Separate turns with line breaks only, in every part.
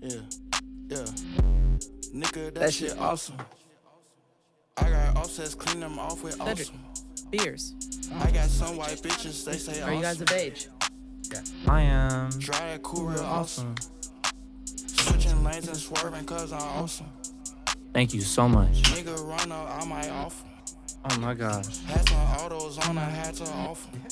Yeah, yeah. Nigga, that,
That
shit,
shit
awesome. I got offsets, clean them off with
Cedric.
awesome.
Beers.
I got some white bitches, they say
Are you guys
awesome.
of age?
I am
Dry that cool real awesome. Switching lanes and swerving cause I'm awesome.
Thank you so much.
Nigga run up, I might off 'em.
Oh my gosh.
Had some autos on, I had to off 'em.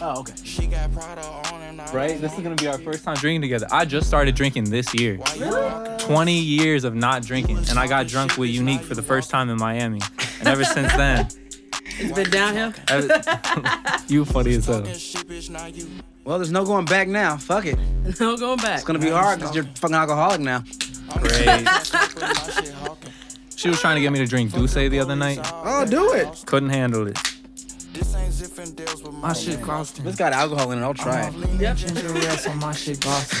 Oh, okay.
She got Prada on and I
Right?
was
This is
on.
gonna be our first time drinking together. I just started drinking this year.
Why you rockin'?
20 years of not drinking, and I got drunk with Unique for the first time in Miami. And ever since then,
It's been downhill.
ever, you funny as hell.
Talking shit, bitch, now you.
Well, there's no going back now. Fuck it. It's
No going back.
gonna be hard because you're fucking alcoholic now.
I'm
Great.
just fucking my shit hawking.
She was trying to get me to drink Douce the other night.
Oh, do it.
Couldn't handle it.
This ain't zipping deals with my,
My shit Boston.
It's got alcohol in it. I'll try it.
Yep.
Ginger ale on my shit Boston.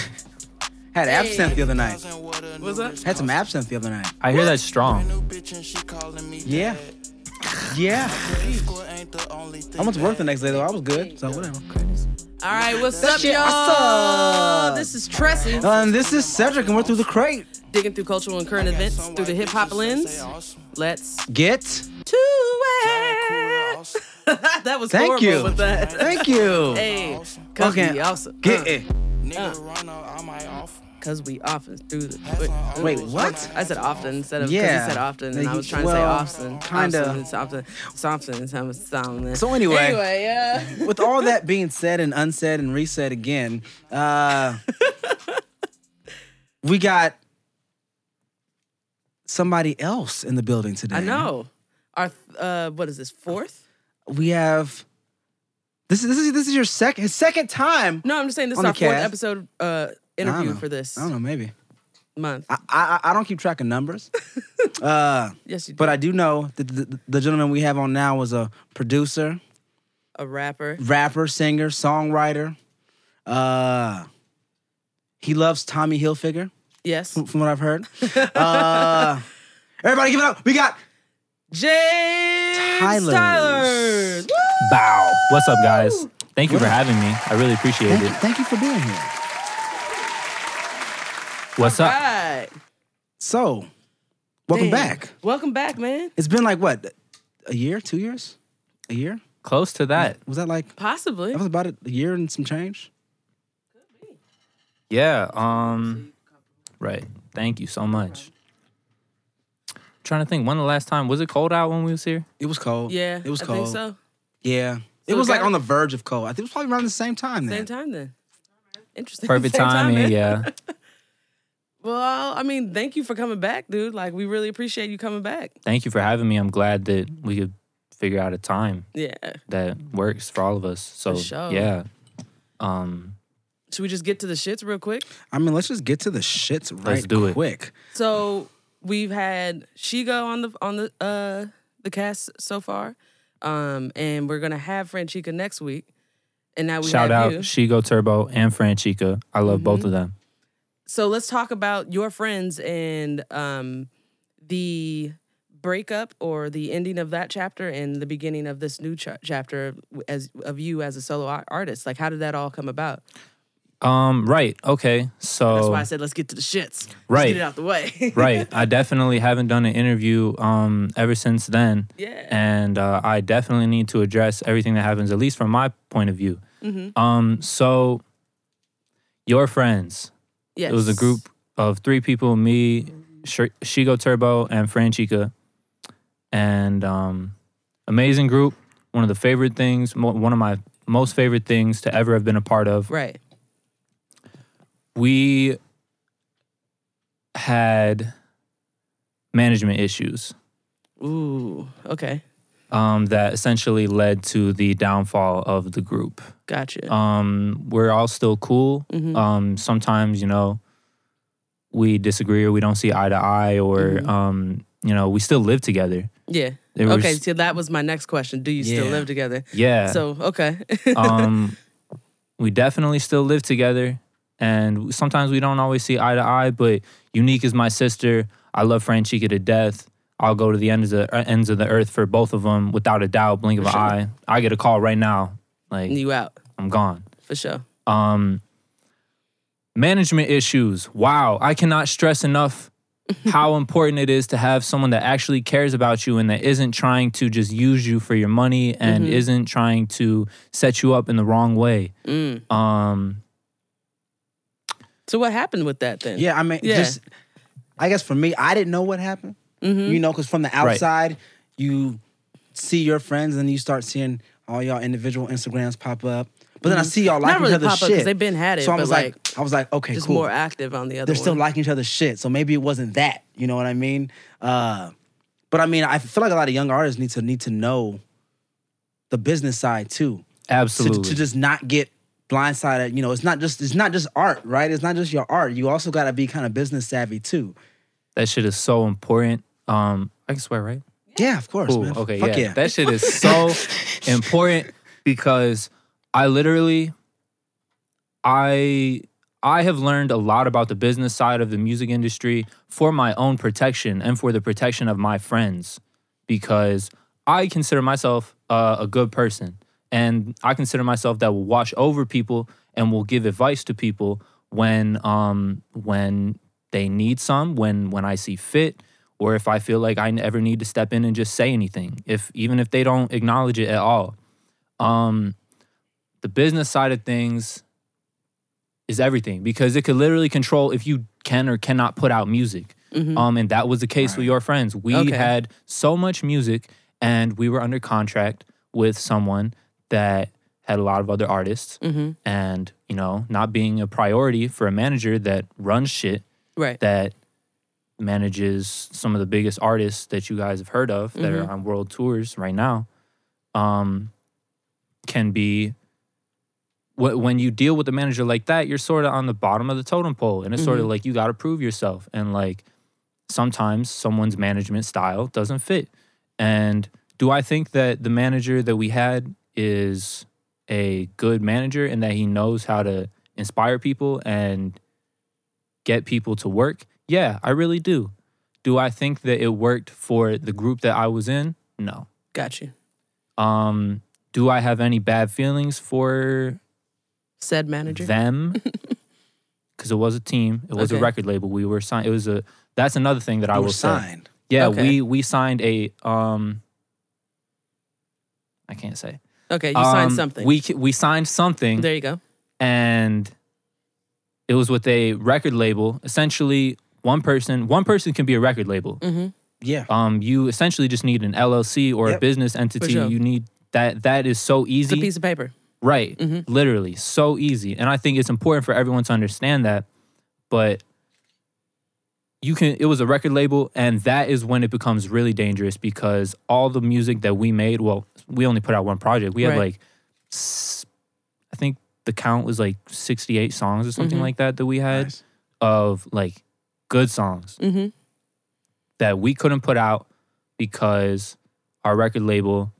Had absinthe the other night.
What's
What's up?
Had some absinthe the other night.
I hear that's strong.
New bitch and she calling me
Yeah.
dad.
Yeah.
Credit score ain't the only thing
I went to work the
bad.
next day though. I was good. So whatever.
All right, what's
That
up,
shit
y'all?
awesome.
This is Tressie
Um, this is Cedric, and we're through the crate.
digging through cultural and current
Got
events
some
through the
white
hip hop
bitches that
lens.
say awesome.
Let's
Get.
to
Cool,
it.
awesome.
that was
Thank
horrible
you.
with that.
Thank you.
Hey,
Awesome.
cause
Okay.
we awesome.
Get it.
Nigga run up, I might off.
Cause we often through the.
Had
Wait.
some autos
Wait,
on,
what?
I
I
had
said
to
often instead of
Yeah.
because he said often, and
Like,
I was trying
well,
to say often.
kinda.
Often, It's often. It's often. It's often. It's often.
So anyway.
Anyway, yeah.
with all that being said and unsaid and resaid again, uh, we got somebody else in the building today.
I know. Our th- uh, what is this fourth?
We have this is this is this is your second his second time.
No, I'm just saying this
On
is our
the
fourth
cast.
episode uh,
I don't
interview
know.
for this
I don't know, maybe.
month.
I I, I don't keep track of numbers. uh,
yes, you did.
but I do know that the, the gentleman we have on now was a producer,
a rapper.
rapper, singer, songwriter. Uh, he loves Tommy Hilfiger.
Yes,
from what I've heard. uh, everybody give it up. We got
James
Tyler.
Tyler.
Bow. What's up, guys? Thank you for having me. I really appreciate
thank you,
it.
thank you for being here.
What's
All
up?
right.
So, welcome
Damn.
back.
Welcome back, man.
It's been like what, a year, two years, a year?
Close to that.
Was that like
Possibly.
that was about a year and some change?
Yeah. Um. Right. Thank you so much. trying to think. When the last time was it cold out when we was here?
It was cold.
Yeah.
it was
I
cold.
think so.
Yeah, it
So
was like
gotta-
on the verge of cold. I think it was probably around the same time. Then.
Same time then. Interesting.
Perfect
Same
timing.
man.
yeah.
Well, I mean, thank you for coming back, dude. Like, we really appreciate you coming back.
Thank you for having me. I'm glad that we could figure out a time
Yeah.
that works for all of us. So
For sure.
yeah. Um.
Should we just get to the shits real quick?
I mean, let's just get to the shits right
do it.
quick.
So we've had Shigo on the on the uh the cast so far, um, and we're gonna have Franchica next week. And now we have
Shout out
you. Mm-hmm.
Shigo Turbo and Franchica. I love both of them.
so let's talk about your friends and um the breakup or the ending of that chapter and the beginning of this new cha- chapter as of you as a solo ar- artist. Like, how did that all come about?
Um. Right. Okay. So
That's why I said let's get to the shits. Let's
Oh. Right.
get it out the way.
right. I definitely haven't done an interview um, ever since then.
Yeah.
And uh, I definitely need to address everything that happens, at least from my point of view. Um, so, your friends.
yes.
It was a group of three people me, Sh- Shigo Turbo, and Franchica. And um, amazing group. One of the favorite things, mo- one of my most favorite things to ever have been a part of
Right.
we had management issues
Ooh. Okay.
um, that essentially led to the downfall of the group.
Gotcha.
Um, we're all still cool.
Mm-hmm.
Um, sometimes, you know, we disagree or we don't see eye to eye, or,
Mm-hmm.
um, you know, we still live together.
Yeah.
They were
okay,
s-
so that was my next question. Do you still
Yeah.
live together?
Yeah.
So, okay.
um, we definitely still live together, and sometimes we don't always see eye to eye. But Unique is my sister. I love Franchica to death. I'll go to the ends of the, uh, ends of the earth for both of them without a doubt. Blink of an eye. I get a call right now. Like
you out
I'm gone.
for sure.
Um, Management issues. Wow, I cannot stress enough how important it is to have someone that actually cares about you and that isn't trying to just use you for your money and
Mhm.
isn't trying to set you up in the wrong way.
Mm.
Um,
So what happened with that then?
Yeah, I mean,
Yeah.
just I guess for me, I didn't know what happened.
Mhm.
You know, because from the outside, you see your friends, and you start seeing all y'all individual Instagrams pop up. But then I see y'all liking
Mm-hmm. Not really
each other's
pop up
shit.
because they've been had it,
so I
but
was
like,
like, I was like, okay,
just
cool.
more active on the other.
They're still
one.
liking each other's shit. So maybe it wasn't that. You know what I mean? Uh, but I mean, I feel like a lot of young artists need to need to know the business side too to,
absolutely.
to just not get blindsided. You know, it's not just it's not just art, right? It's not just your art. You also got to be kind of business savvy too.
that shit is so important. Um, I can swear, right?
Yeah, of course,
Cool.
man.
Okay, yeah.
Fuck yeah.
That shit is so important because I literally I I have learned a lot about the business side of the music industry for my own protection and for the protection of my friends because I consider myself uh, a good person and I consider myself that will watch over people and will give advice to people when um when they need some when when I see fit or if I feel like I ever need to step in and just say anything if even if they don't acknowledge it at all um the business side of things is everything because it could literally control if you can or cannot put out music. Um, and that was the case with your friends. We
Mm-hmm. Okay.
had so much music, and we were under contract with someone that had a lot of other artists.
Mhm.
And you know, not being a priority for a manager that runs shit,
right.
that manages some of the biggest artists that you guys have heard of that are on world tours right now um, can be wh- when you deal with a manager like that you're sort of on the bottom of the totem pole and it's sort of like you got to prove yourself and like sometimes someone's management style doesn't fit and do i think that the manager that we had is a good manager and that he knows how to inspire people and get people to work? Yeah, I really do. Do I think that it worked for the group that I was in? No.
Got you.
Um, do I have any bad feelings for
Said manager.
them? Because it was a team, it was a
Okay.
record label. We were signed. It was a. That's another thing that I
You
will
were
say.
signed.
Yeah,
Okay.
we we signed a. Um, I can't say.
okay, you signed
Um,
something.
We c- we signed something
there you go.
and it was with a record label. Essentially, one person one person can be a record label.
Mm-hmm.
Yeah.
Um, you essentially just need an LLC or a
Yep.
business entity.
sure.
You need that. That is so
It's a
easy,
piece of paper.
right? Literally, so easy. And I think it's important for everyone to understand that. But you can. It was a record label, and that is when it becomes really dangerous because all the music that we made. Well, we only put out one project. We had
Right.
like, s- I think the count was like sixty-eight songs or something
Mhm.
like that that we had
Nice.
of like good songs
Mm-hmm.
that we couldn't put out because our record label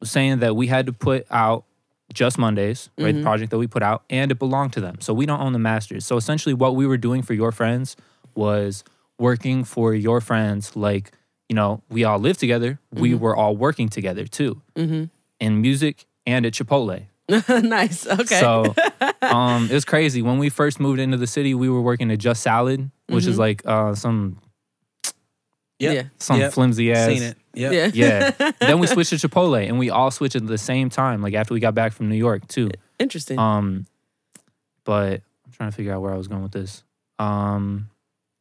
was saying that we had to put out just Mondays, right?
Mm-hmm.
The
Mhm.
project that we put out, and it belonged to them. So we don't own the masters. So essentially, what we were doing for your friends was working for your friends. Like, you know, we all lived together, we
Mm-hmm.
were all working together too in music and at Chipotle.
Mm-hmm. nice. Okay.
So um, it was crazy. When we first moved into the city, we were working at Just Salad, which
Mm-hmm.
is like uh, some
Yep.
some
Yep.
flimsy ass
Seen it. Yep.
yeah.
yeah. then we switched to Chipotle, and we all switched at the same time, like after we got back from New York too.
Interesting.
Um, but I'm trying to figure out where I was going with this. Um,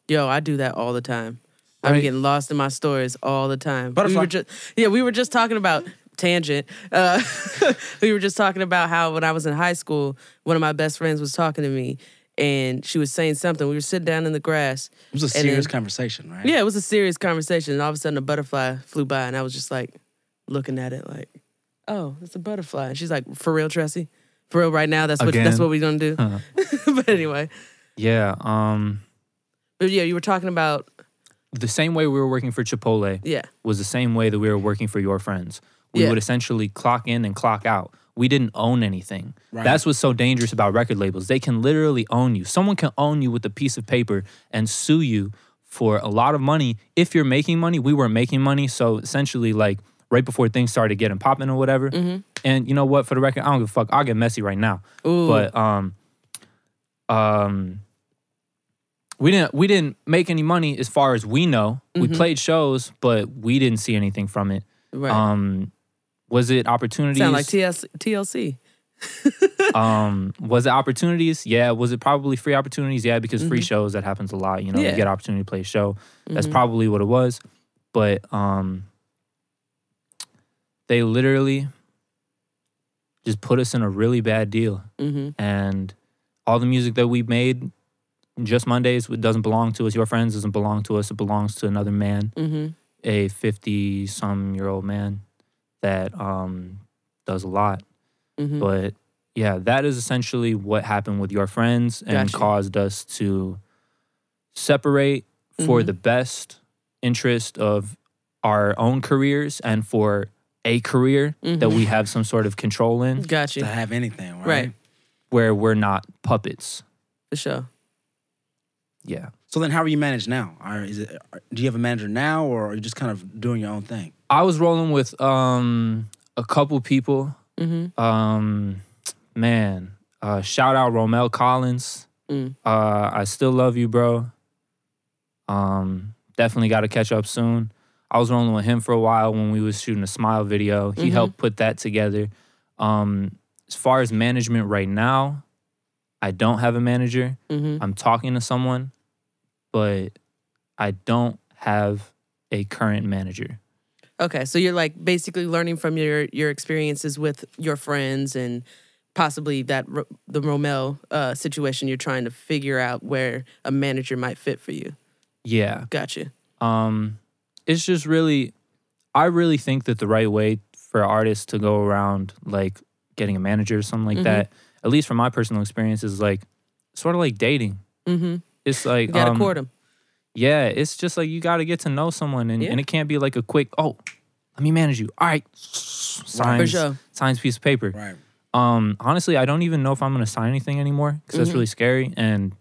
Yo, I do that all the time. i be
Right.
getting lost in my stories all the time. We
Butterfly.
were just, yeah, we were just talking about tangent. Uh, we were just talking about how when I was in high school, one of my best friends was talking to me, and she was saying something. We were sitting down in the grass.
It was a
and
serious
then-
conversation, right?
Yeah, it was a serious conversation, and all of a sudden a butterfly flew by, and I was just like looking at it, like, "Oh, it's a butterfly." And she's like, "For real, Tressie? For real, right now? That's what that's
Again?
what we're gonna do."
Huh.
but anyway,
yeah. Um,
but yeah, you were talking about
the same way we were working for Chipotle
yeah,
was the same way that we were working for your friends. We
Yeah.
would essentially clock in and clock out. We didn't own anything. That's what's so dangerous about record labels. They can literally own you. Someone can own you with a piece of paper and sue you for a lot of money if you're making money. We were making money, so essentially, like right before things started getting popping or whatever. And you know what? For the record, I don't give a fuck. I'll get messy right now.
Ooh.
But um, um we didn't we didn't make any money as far as we know. We
Mhm.
played shows, but we didn't see anything from it.
Right.
Um was it opportunities?
Sound like TLC. TLC.
um was it opportunities? Yeah. Was it probably free opportunities? Yeah, because free shows that happens a lot. You
Mm-hmm.
know,
Yeah. Mm-hmm.
you get opportunity to play a show. That's probably what it was. But um they literally just put us in a really bad deal.
hmm
and all the music that we made just Mondays it doesn't belong to us. Your friends doesn't belong to us. It belongs to another man,
hmm
a fifty-some-year-old man that um, does a lot.
hmm
But yeah, that is essentially what happened with your friends and
Gotcha.
caused us to separate for
Mhm.
the best interest of our own careers and for a career that
Mm-hmm.
we have some sort of control in,
Got you.
to have anything, right?
Right.
where we're not puppets.
For sure.
Yeah.
So then, how are you managed now? Are, is it, are- do you have a manager now, or are you just kind of doing your own thing?
I was rolling with um a couple people.
hmm
Um man, uh shout out Romel Collins.
Mm.
Uh I still love you, bro. Um definitely got to catch up soon. I was rolling with him for a while when we was shooting a smile video. He
Mhm.
helped put that together. Um as far as management right now, I don't have a manager.
hmm
I'm talking to someone, but I don't have a current manager.
Okay, so you're like basically learning from your your experiences with your friends and possibly that Ro- the Romel uh, situation. You're trying to figure out where a manager might fit for you.
Yeah.
Gotcha.
Um, it's just really, I really think that the right way for artists to go around like getting a manager or something
Mhm.
like that, at least from my personal experience, is like sort of like dating.
Mm-hmm.
It's like
You gotta
um,
court him.
Yeah, it's just like you got to get to know someone, and,
Yeah.
and it can't be like a quick oh, let me manage you. All right, signs,
sure.
signs piece of paper.
Right.
Um, honestly, I don't even know if I'm gonna sign anything anymore because that's
Mhm.
really scary. And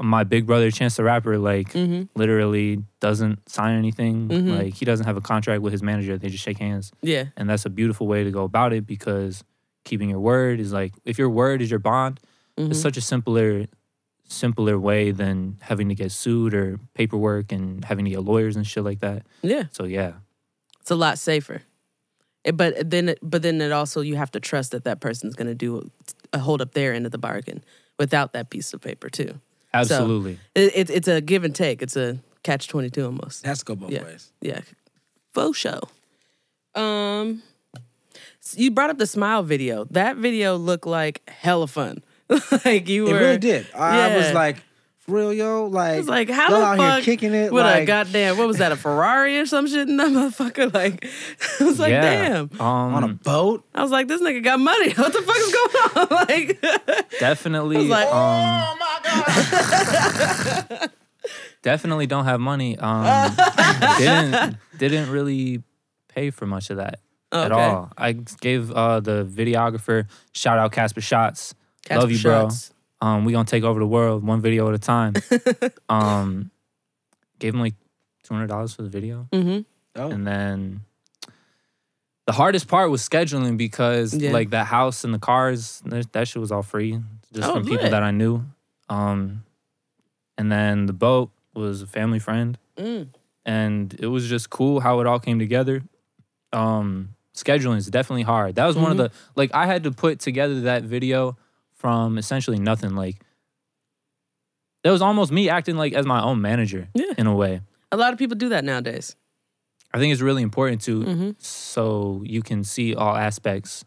my big brother, Chance the Rapper, like
Mm-hmm.
literally doesn't sign anything.
Mhm.
Like he doesn't have a contract with his manager. They just shake hands,
Yeah.
and that's a beautiful way to go about it because keeping your word is like if your word is your bond.
Mhm.
It's such a simpler, simpler way than having to get sued or paperwork and having to get lawyers and shit like that.
Yeah.
So yeah,
It's a lot safer. Eh, But then, it- but then it also you have to trust that that person's gonna do a hold up their end of the bargain without that piece of paper too.
absolutely.
It, it, it's a give and take. It's a catch twenty two almost.
It has to go both
Yeah.
ways.
yeah, faux show. Um, s- you brought up the smile video. That video looked like hella fun. like you
It
were,
really did. I was
Yeah.
like, for real, yo, like,
I was like, how
y'all
the
out
fuck
here kicking it,
with
like,
a goddamn what was that a Ferrari or some shit in that motherfucker? Like, I was like,
yeah.
damn.
Um,
on a boat.
I was like, this nigga got money. What the fuck is going on? like,
definitely.
like, "Oh."
um, definitely don't have money. Um, didn't didn't really pay for much of that at
Okay.
all. I gave uh, the videographer shout out Casper Shots.
Casper
Love you,
Shots.
bro. Um, we gonna take over the world one video at a time. um, gave him like two hundred dollars for the video,
mm-hmm.
Oh,
and then the hardest part was scheduling because
Yeah.
like the house and the cars, that that shit was all free just
Oh,
from people
lit.
that I knew. Um, and then the boat was a family friend
mm.
and it was just cool how it all came together. Um, scheduling is definitely hard. That was one of the like I had to put together that video from essentially nothing. Like that was almost me acting like as my own manager
Yeah.
in a way.
A lot of people do that nowadays.
I think it's really important to
Mm-hmm.
so you can see all aspects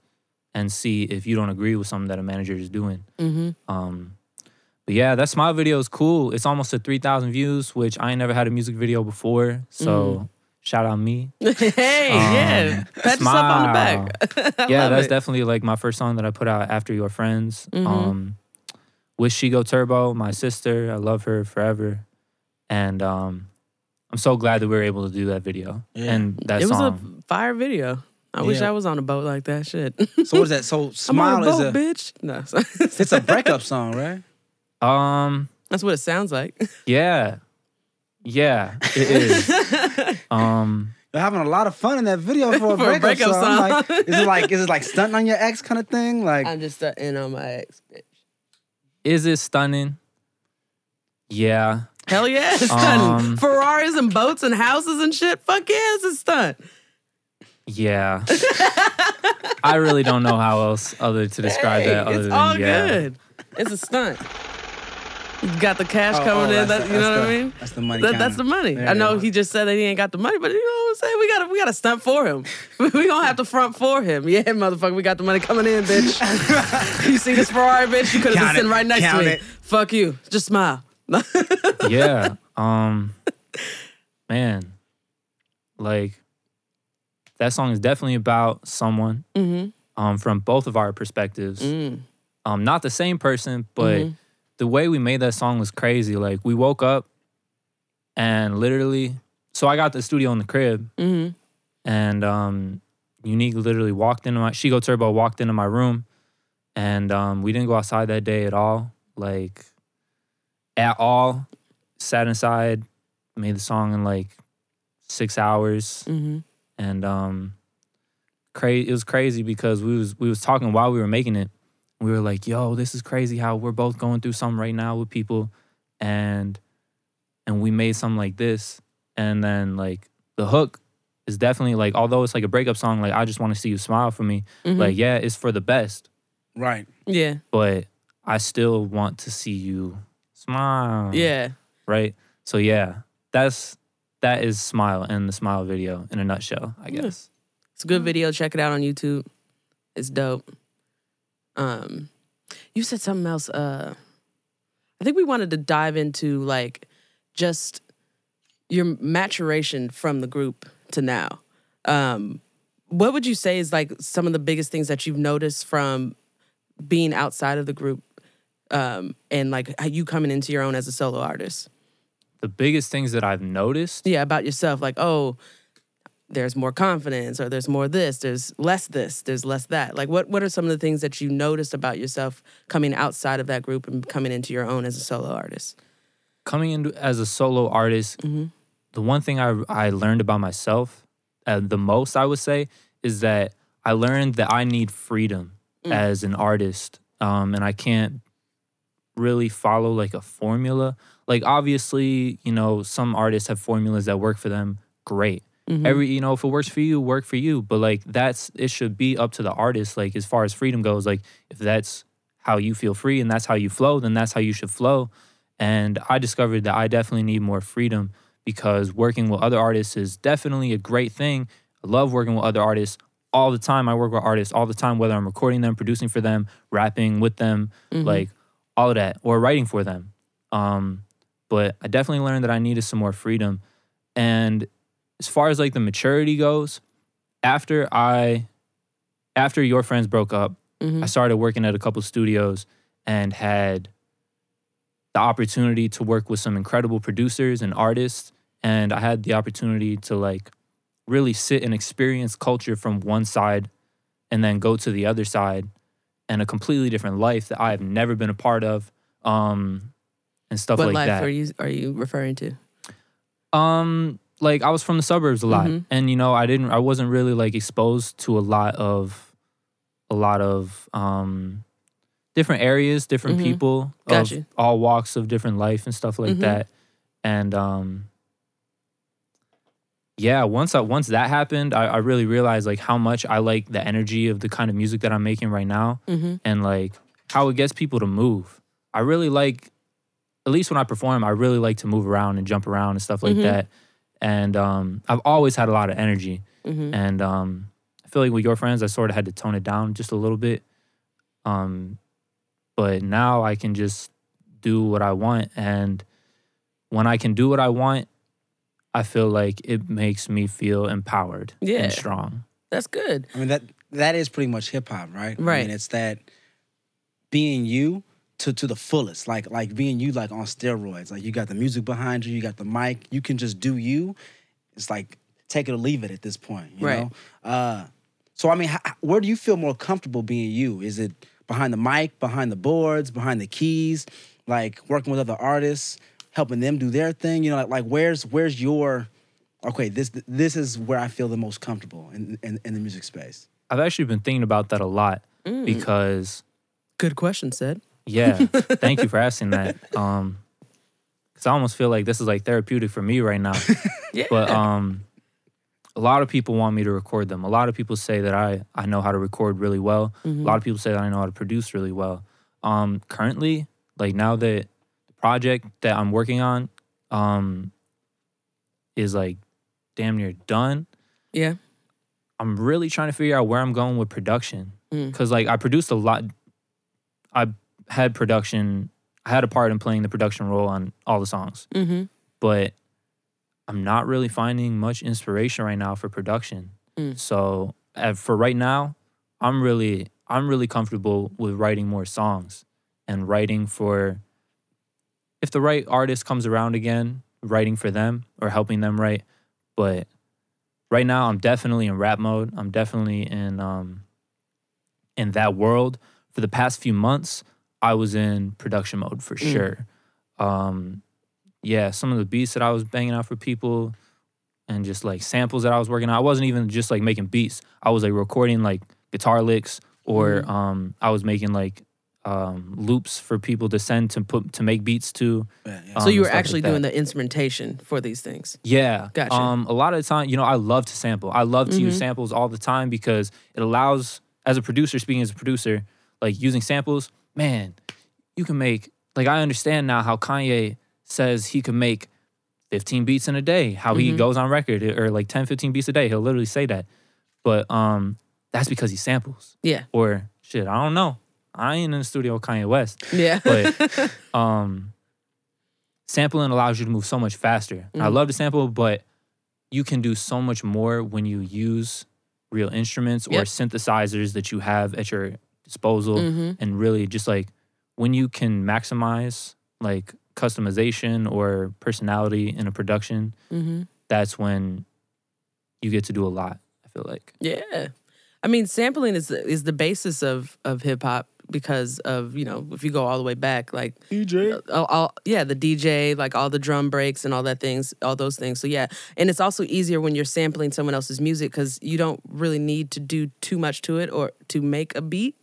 and see if you don't agree with something that a manager is doing.
Mm-hmm.
Um, but yeah, that smile video is cool. It's almost at three thousand views, which I ain't never had a music video before. So shout out me.
hey, yeah.
Um,
Pat yourself on the
smile.
back. I
yeah,
love
that's
it.
definitely like my first song that I put out after Your Friends.
Mhm.
Um, with She Go Turbo, my sister, I love her forever, and um, I'm so glad that we were able to do that video
Yeah.
and that
it was a
song.
fire video. I wish
Yeah.
I was on a boat like that. Shit.
so what is that? So
I'm on
smile
a boat,
is a
bitch. No, sorry.
it's a breakup song, right?
um,
that's what it sounds like.
yeah, yeah, it is. um,
You're having a lot of fun in that video for a,
For
breakup,
a breakup
song.
song.
Like,
uh,
is it like is it like stunting on your ex kind of thing? Like
I'm just in on my ex, bitch.
Is it stunning? Yeah.
Hell yeah, it's
Um,
done. Ferraris and boats and houses and shit. Fuck yeah, it's a stunt.
Yeah. I really don't know how else other to describe
Hey,
that other
it's
than
all
yeah.
good. It's a stunt. You got the cash
Oh, oh,
coming in.
that's
That,
the-
you know
that's
what I
the-
mean?
that's the money
That, that's
counter.
the money.
There
I
you
know
go.
he just said that he ain't got the money, but you know what I'm saying? We got to we got to stunt for him. we gonna have to front for him. Yeah, motherfucker, we got the money coming in, bitch. you see this Ferrari, bitch? You could have been
Count it.
sitting right next to
Count
me.
it.
Fuck you. Just smile.
Mm-hmm. yeah. Um man. Like that song is definitely about someone
Mhm.
um from both of our perspectives.
Mm.
Um not the same person, but
Mhm.
the way we made that song was crazy. Like we woke up and literally so I got the studio in the crib
Mhm.
and um Unique literally walked into my Shigo Turbo walked into my room and um we didn't go outside that day at all. Like at all. Sat inside, made the song in like six hours
Mhm.
and um crazy it was crazy because we was we was talking while we were making it we were like yo this is crazy how we're both going through something right now with people and and we made something like this and then like the hook is definitely like although it's like a breakup song like i just want to see you smile for me
Mhm.
like yeah it's for the best
Right.
Yeah.
but i still want to see you smile
Yeah.
right so yeah that's that is smile and the smile video in a nutshell i
Yeah.
guess
It's a good video. Check it out on YouTube. It's dope. Um, you said something else. Uh, I think we wanted to dive into like just your maturation from the group to now. Um, what would you say is like some of the biggest things that you've noticed from being outside of the group um, and like how you coming into your own as a solo artist?
the biggest things that I've noticed.
yeah about yourself like oh there's more confidence or there's more this there's less this there's less that like what what are some of the things that you noticed about yourself coming outside of that group and coming into your own as a solo artist
Coming in as a solo artist,
Mhm.
the one thing I I learned about myself uh, the most I would say is that I learned that I need freedom as an artist, um, and I can't really follow like a formula. Like obviously, you know, some artists have formulas that work for them. Great.
Mm-hmm.
Every you know, if it works for you, work for you. But like that's it should be up to the artist. Like as far as freedom goes, like if that's how you feel free and that's how you flow, then that's how you should flow. And I discovered that I definitely need more freedom because working with other artists is definitely a great thing. I love working with other artists all the time. I work with artists all the time, whether I'm recording them, producing for them, rapping with them,
Mm-hmm.
like all of that, or writing for them. Um, but I definitely learned that I needed some more freedom. And as far as like the maturity goes, after I, after your friends broke up,
Mhm.
I started working at a couple studios and had the opportunity to work with some incredible producers and artists. And I had the opportunity to like really sit and experience culture from one side and then go to the other side and a completely different life that I have never been a part of. Um, and stuff
what
like
life
that.
are you are you referring to
Um, like I was from the suburbs a lot,
Mhm.
and you know, I didn't, I wasn't really like exposed to a lot of, a lot of um, different areas, different
Mhm.
people,
Got
of
you.
all walks of different life and stuff like
Mhm.
that, and um, yeah, once I once that happened, I, I really realized like how much I like the energy of the kind of music that I'm making right now,
mm-hmm.
and like how it gets people to move. I really like, at least when I perform, I really like to move around and jump around and stuff like
Mhm.
that. And um, I've always had a lot of energy.
Mm-hmm.
And um, I feel like with your friends, I sort of had to tone it down just a little bit. Um, but now I can just do what I want. And when I can do what I want, I feel like it makes me feel empowered
Yeah.
and strong.
that's good
I mean that that is pretty much hip hop, right? I
Right.
mean, it's that being you to to the fullest, like like being you like on steroids. Like you got the music behind you, you got the mic, you can just do you. It's like take it or leave it at this point, you
Right.
know. Uh, so I mean, how, where do you feel more comfortable being you? Is it behind the mic, behind the boards, behind the keys, like working with other artists, helping them do their thing? You know, like, like where's where's your okay? This this is where I feel the most comfortable in in, in the music space.
Mm.
I've actually been thinking about that a lot because
good question said
Yeah. Thank you for asking that. Um, cause I almost feel like this is like therapeutic for me right now.
Yeah.
But um, a lot of people want me to record them. A lot of people say that I I know how to record really well. A lot of people say that I know how to produce really well. Um, currently, like now that the project that I'm working on, um, is like damn near done.
yeah.
I'm really trying to figure out where I'm going with production. Cause like I produced a lot. I had production. I had a part in playing the production role on all the songs,
Mm-hmm.
but I'm not really finding much inspiration right now for production.
Mm.
So at, for right now, I'm really I'm really comfortable with writing more songs and writing for if the right artist comes around again, writing for them or helping them write. But right now I'm definitely in rap mode. I'm definitely in um in that world. For the past few months, I was in production mode for
Mm.
sure. Um yeah, some of the beats that I was banging out for people and just like samples that I was working on. I wasn't even just like making beats. I was like recording like guitar licks or um I was making like um loops for people to send to put to make beats to.
Yeah, yeah.
um,
So you
and
were
stuff like
actually
that.
doing the instrumentation for these things.
Yeah.
Gotcha. Mm-hmm.
Um, a lot of the time, you know, I love to sample. I love to use samples all the time because it allows, as a producer, speaking as a producer, like using samples, man, you can make, like, I understand now how Kanye says he can make 15 beats in a day, how
Mm-hmm.
he goes on record eh, or like 10, 15 beats a day. He'll literally say that. But um, that's because he samples.
Yeah.
Or shit, I don't know. I ain't in the studio with Kanye West
Yeah.
but um sampling allows you to move so much faster i love to sample but you can do so much more when you use real instruments or
Yep. Mm-hmm.
synthesizers that you have at your disposal and really just like when you can maximize like customization or personality in a production
mm-hmm.
that's when you get to do a lot i feel like
Yeah, I mean, sampling is the, is the basis of of hip hop because of you know if you go all the way back, like
DJ.
all, all yeah the DJ, like all the drum breaks and all that things, all those things. So yeah, and it's also easier when you're sampling someone else's music because you don't really need to do too much to it or to make a beat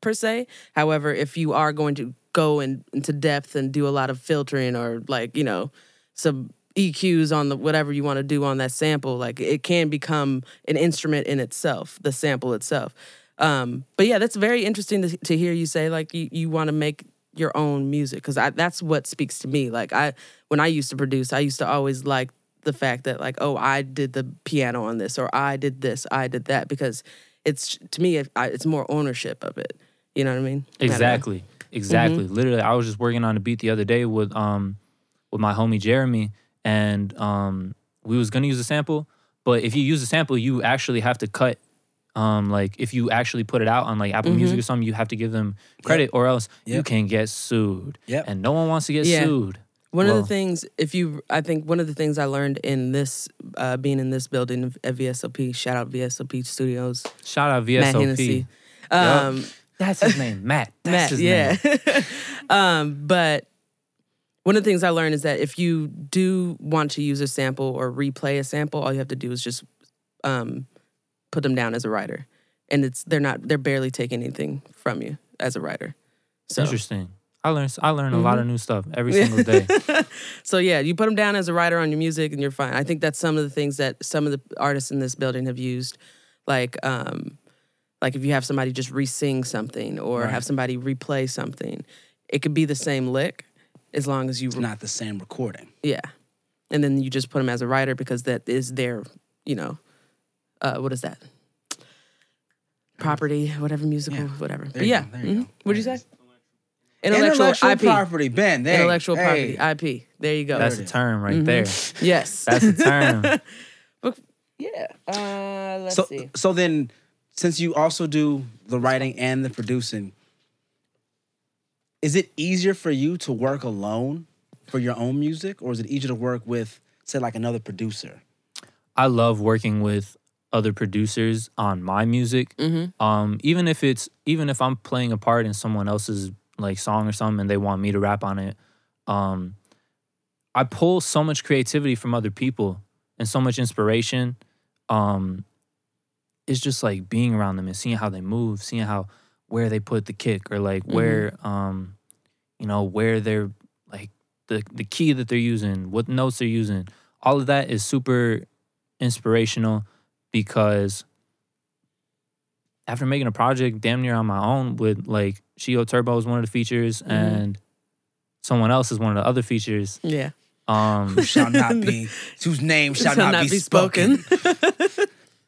per se. However, if you are going to go in, into depth and do a lot of filtering or like, you know, some EQs on the whatever you want to do on that sample, like it can become an instrument in itself, the sample itself. Um, but yeah, that's very interesting to, to hear you say like you, you want to make your own music because that's what speaks to me. Like I, when I used to produce, I used to always like the fact that like oh I did the piano on this or I did this, I did that because it's to me it, I, it's more ownership of it. You know what I mean? I don't know.
Exactly. Exactly.
Mm-hmm.
Literally, I was just working on a beat the other day with um with my homie Jeremy, and um we was gonna use a sample, but if you use a sample, you actually have to cut. Um, like if you actually put it out on like Apple
Mm-hmm.
Music or something, you have to give them credit, or else you
Yep.
can get sued.
Yep.
And no one wants to get
Yeah.
sued.
One of
Well-
the things, if you, I think one of the things I learned in this, uh, being in this building at VSOP, shout out VSOP Studios,
Shout out
Matt
VSOP.
Hennessy. Um,
That's his name, Matt. That's
Matt,
his
yeah.
name.
um, but one of the things I learned is that if you do want to use a sample or replay a sample, all you have to do is just um, put them down as a writer, and it's they're not they're barely taking anything from you as a writer. So Mm-hmm.
Interesting. I learned I learned a lot of new stuff every single day.
So yeah, you put them down as a writer on your music, and you're fine. I think that's some of the things that some of the artists in this building have used, like um, like if you have somebody just re-sing something or have somebody replay something, it could be the same lick as long as you
It's not the same recording.
yeah, and then you just put them as a writer because that is their you know, uh, what is that? Property, whatever musical, whatever. But
you
yeah,
go, there you go.
mhm. what'd you say?
Intellectual,
Intellectual, IP.
property, Ben. Hey,
Intellectual
hey.
property, IP. There you go.
That's a term right
Mm-hmm.
there.
yes.
That's a term.
Yeah. Uh, let's
So,
see.
so then, since you also do the writing and the producing, is it easier for you to work alone for your own music, or is it easier to work with, say, like another producer?
I love working with other producers on my music.
Mm-hmm.
Um, even if it's even if I'm playing a part in someone else's like song or something and they want me to rap on it, um, I pull so much creativity from other people and so much inspiration. Um, it's just like being around them and seeing how they move, seeing how where they put the kick or like where um you know where they're like the the key that they're using, what notes they're using. All of that is super inspirational because after making a project damn near on my own with like Shio Turbo is one of the features and someone else is one of the other features.
Yeah.
Um
Who shall not be, whose name shall, not, be spoken.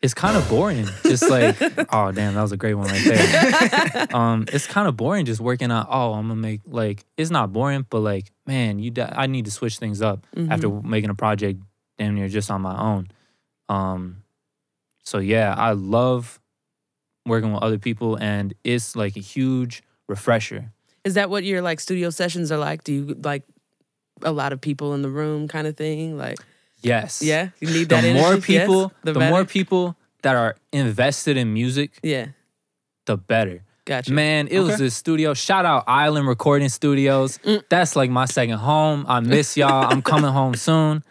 it's kind of boring. Just like, oh damn, that was a great one right there. um, it's kind of boring just working out. Oh, I'm gonna make like it's not boring, but like, man, you di- I need to switch things up after
Mm-hmm.
making a project damn near just on my own. Um, so yeah, I love working with other people, and it's like a huge refresher.
Is that what your like studio sessions are like? Do you like a lot of people in the room kind of thing? Like,
Yes.
yeah, you need
The
that.
more
energy? Yes,
people, the, more
better?
people that are invested in music,
Yeah,
the better.
gotcha.
Man, it was this studio. Shout out Island Recording Studios. That's like my second home. I miss y'all. I'm coming home soon.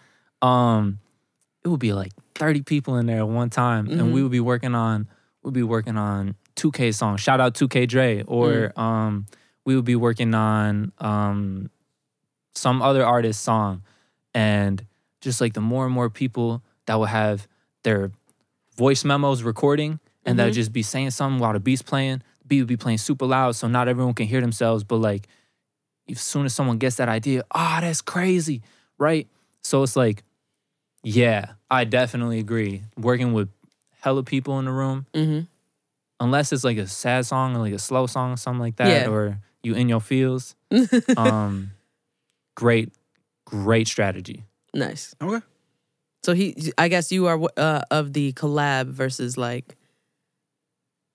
Um, it would be like 30 people in there at one time, and we would be working on we'd be working on 2K songs. Shout out 2K Dre, or um, we would be working on um some other artist's song, and just like the more and more people that would have their voice memos recording and they'll just be saying something while the beat's playing. The beat would be playing super loud, so not everyone can hear themselves. But like, as soon as someone gets that idea, ah, that's crazy, right? So it's like, yeah, I definitely agree. Working with hella people in the room,
Mhm.
unless it's like a sad song or like a slow song, something like that,
Yeah.
or you in your feels. um, great, great strategy.
nice.
Okay.
So he, I guess you are uh, of the collab versus like,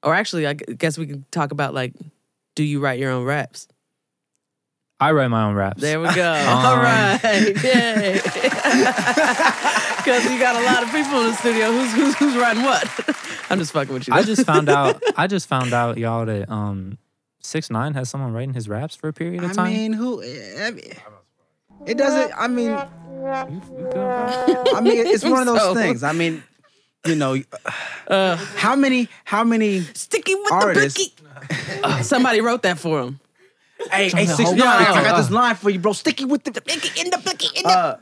or actually, I gu- guess we can talk about like, do you write your own raps?
I write my own raps.
There we go. All right, yay! Because you got a lot of people in the studio. Who's who's who's writing what? I'm just fucking with you.
I just found out. I just found out, y'all, that um, six nine has someone writing his raps for a period of
I
time.
mean, who? eh, I mean, it doesn't. I mean, I mean, it's one of
So- Uh.
those things. I mean, you know, how many? How many?
sticky with
Artist.
the blicky. Somebody wrote that for him.
Hey, hey, six nine. I got this line for you, bro. Sticky with the blicky in the blicky in the. Uh,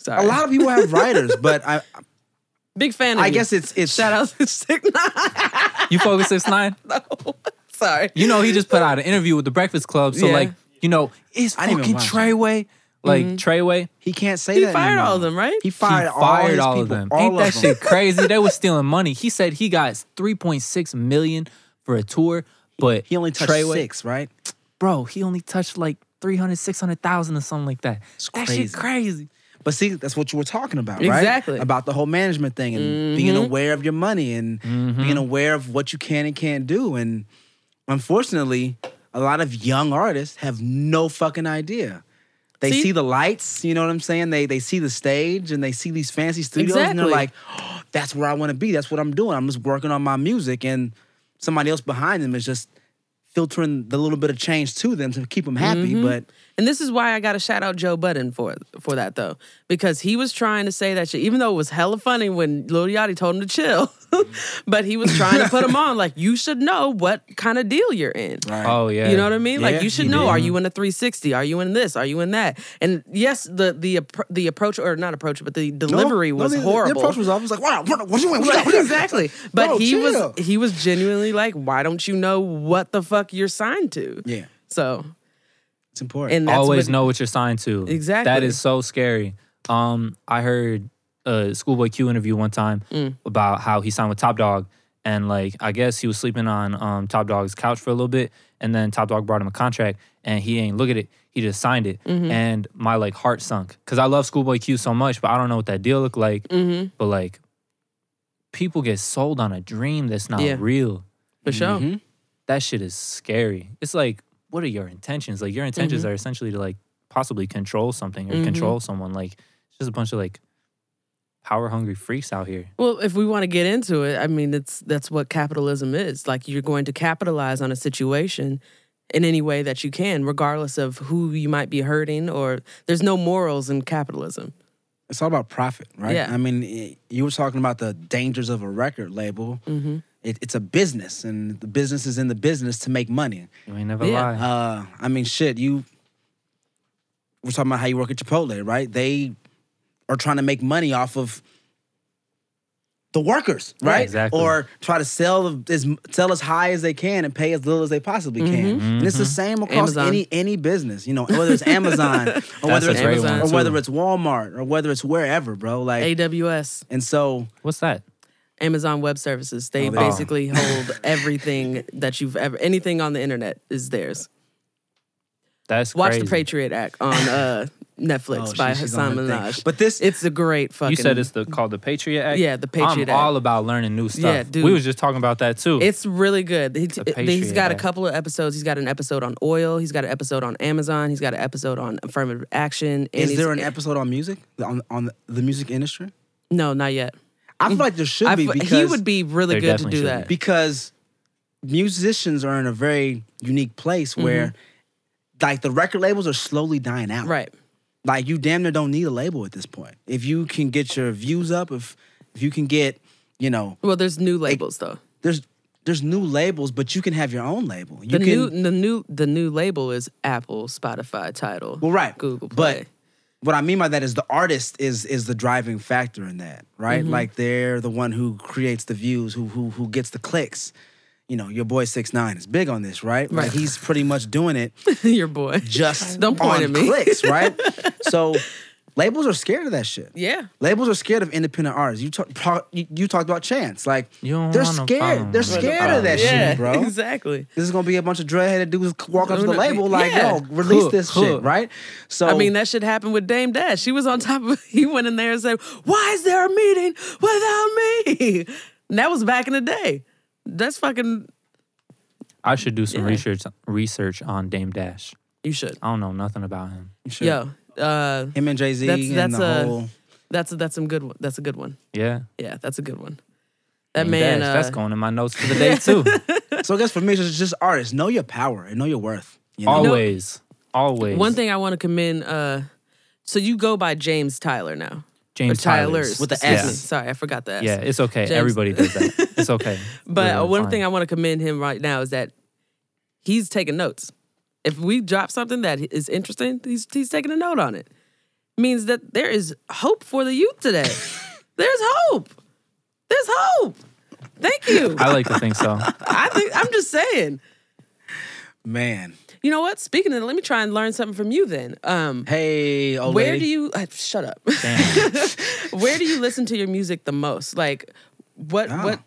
Sorry.
a lot of people have writers, but I,
big fan. Of
I
you.
guess it's it's
shout out to Sick Nine.
You fuck with six nine.
Sorry.
You know, he just put out an interview with the Breakfast Club. So
Yeah.
like, you know, it's
I didn't
fucking
even
Treyway. Like Treyway,
He can't say
He
that.
fired
anymore.
all of them, right?
He fired,
he fired
his
all, of
people,
them.
all
Ain't
of
that
them.
shit crazy? they was stealing money. He said he got three point six million for a tour, but
He only touched
Treyway,
six, right?
bro. He only touched like 300, 600,000 or something like that. that shit
crazy.
crazy.
But see, that's what you were talking about, right?
Exactly. Mm-hmm.
About the whole management thing and being aware of your money and being aware of what you can and can't do. And unfortunately, a lot of young artists have no fucking idea. They
See-
see, the lights, you know what I'm saying? They they see the stage and they see these fancy studios and they're
Exactly.
like, "Oh, that's where I want to be. That's what I'm doing. I'm just working on my music. And somebody else behind them is just filtering the little bit of change to them to keep them happy.
Mm-hmm.
But
And this is why I got to shout out Joe Budden for for that though, because he was trying to say that shit, even though it was hella funny when Lil Yachty told him to chill, but he was trying to put him on like you should know what kind of deal you're in.
Oh yeah.
You know what I mean?
Yeah,
like you should
he
know.
did.
Are you in a 360? Are you in this? Are you in that? And yes, the the appro- the approach or not approach, but the delivery
No,
was
no, the-
horrible.
The approach was off. It was like, wow, what, what you win? What,
exactly. But
Bro,
he
chill.
was he was genuinely like, why don't you know what the fuck you're signed to?
Yeah,
So
it's important.
and that's
always
what-
know what you're signed to.
Exactly.
That is so scary. Um, I heard a Schoolboy Q interview one time about how he signed with Top Dog, and like I guess he was sleeping on um, Top Dog's couch for a little bit, and then Top Dog brought him a contract, and he ain't look at it. He just signed it, and my like heart sunk because I love Schoolboy Q so much, but I don't know what that deal looked like.
Mm-hmm.
But like, people get sold on a dream that's not
Yeah.
real
Mm-hmm.
for sure.
that shit is scary. It's like, what are your intentions? Like your intentions
Mm-hmm.
are essentially to like possibly control something or control someone. Like it's just a bunch of like power hungry freaks out here.
Well, if we want to get into it, I mean, it's that's what capitalism is. Like you're going to capitalize on a situation in any way that you can, regardless of who you might be hurting. Or there's no morals in capitalism.
it's all about profit, right?
Yeah.
I mean, i- you were talking about the dangers of a record label. It, it's a business, and the business is in the business to make money.
You ain't never
Yeah.
lie.
Uh, I mean, shit, you. We're talking about how you work at Chipotle, right? They are trying to make money off of the workers,
Yeah,
right?
exactly.
Or try to sell as sell as high as they can and pay as little as they possibly can. And it's the same across
Amazon.
any any business, you know, whether it's Amazon or whether
a
it's
great
Amazon.
or
one,
whether
too.
it's Walmart or whether it's wherever, bro. Like,
AWS,
and so
What's that?
Amazon Web Services. They
Oh, they-
basically hold everything that you've ever anything on the internet is theirs.
That's
Watch
crazy.
the Patriot Act on uh, Netflix
Oh,
by
she- she's
Hassan
on her thing.
Minaj.
But this-
it's a great fucking.
You said it's the called the Patriot Act.
Yeah, the Patriot
I'm all about learning new stuff.
Yeah, dude.
We was just talking about that too.
It's really good. He,
The
it- he's
Patriot
got a
Act.
couple of episodes. He's got an episode on oil. He's got an episode on Amazon. He's got an episode on affirmative action. And
is
he's-
there an episode on music on on the music industry?
No, not yet.
I feel like there should
I
be
f-
because
he would be really
There
good to
definitely
do
should
that.
because musicians are in a very unique place
Mm-hmm.
where like the record labels are slowly dying out.
Right.
Like you damn near don't need a label at this point. If you can get your views up, if if you can get, you know,
Well, there's new labels though.
there's there's new labels, but you can have your own label. You
The
can
new the new the new label is Apple, Spotify, Title.
Well, right.
Google Play.
But what I mean by that is the artist is is the driving factor in that, right?
Mm-hmm.
Like they're the one who creates the views, who who who gets the clicks. You know, your boy six nine is big on this, right? Like
Right.
he's pretty much doing it
Your boy.
just
Don't point
on
at me.
clicks, right? so labels are scared of that shit.
Yeah.
Labels are scared of independent artists. You talk, pro- you, you talked about chance, like
You don't
they're
want no
scared.
problem.
They're
Right, no
scared of that
yeah,
shit, bro.
Exactly.
This is gonna be a bunch of dreadheaded dudes walk up to the
Yeah.
label like, yo, release this
Huh, huh.
shit, right? So
I
Oh.
mean, that should happen with Dame Dash. She was on top of he went in there and said, Why is there a meeting without me? And that was back in the day. That's fucking
I should do some
Yeah.
research research on Dame Dash.
you should.
I don't know nothing about him.
Sure.
Yo. Uh
him and Jay Z
That's-
and
that's
the
a-
whole.
that's a that's some good one. That's a good one.
Yeah.
Yeah, that's a good one. That
Dame
man
Dash,
uh,
that's going in my notes for the day too.
So I guess for me, it's just artists know your power and know your worth. You know?
Always. Always.
one thing I want to commend uh so you go by James Tyler now.
James
or Tyler's.
Tyler's.
With the
excuse
S.
me. Sorry, I forgot the S.
Yeah, it's okay.
James-
Everybody does that. It's okay.
But
We're
uh, one
fine.
thing I want to commend him right now is that he's taking notes. If we drop something that is interesting, he's he's taking a note on it. Means that there is hope for the youth today. There's hope. There's hope. Thank you.
I like to think so.
I think I'm just saying.
Man,
You know what? Speaking of, let me try and learn something from you then. Um,
hey, old
where
lady.
do you uh, shut up?
Damn.
where do you listen to your music the most? Like, what
Ah.
what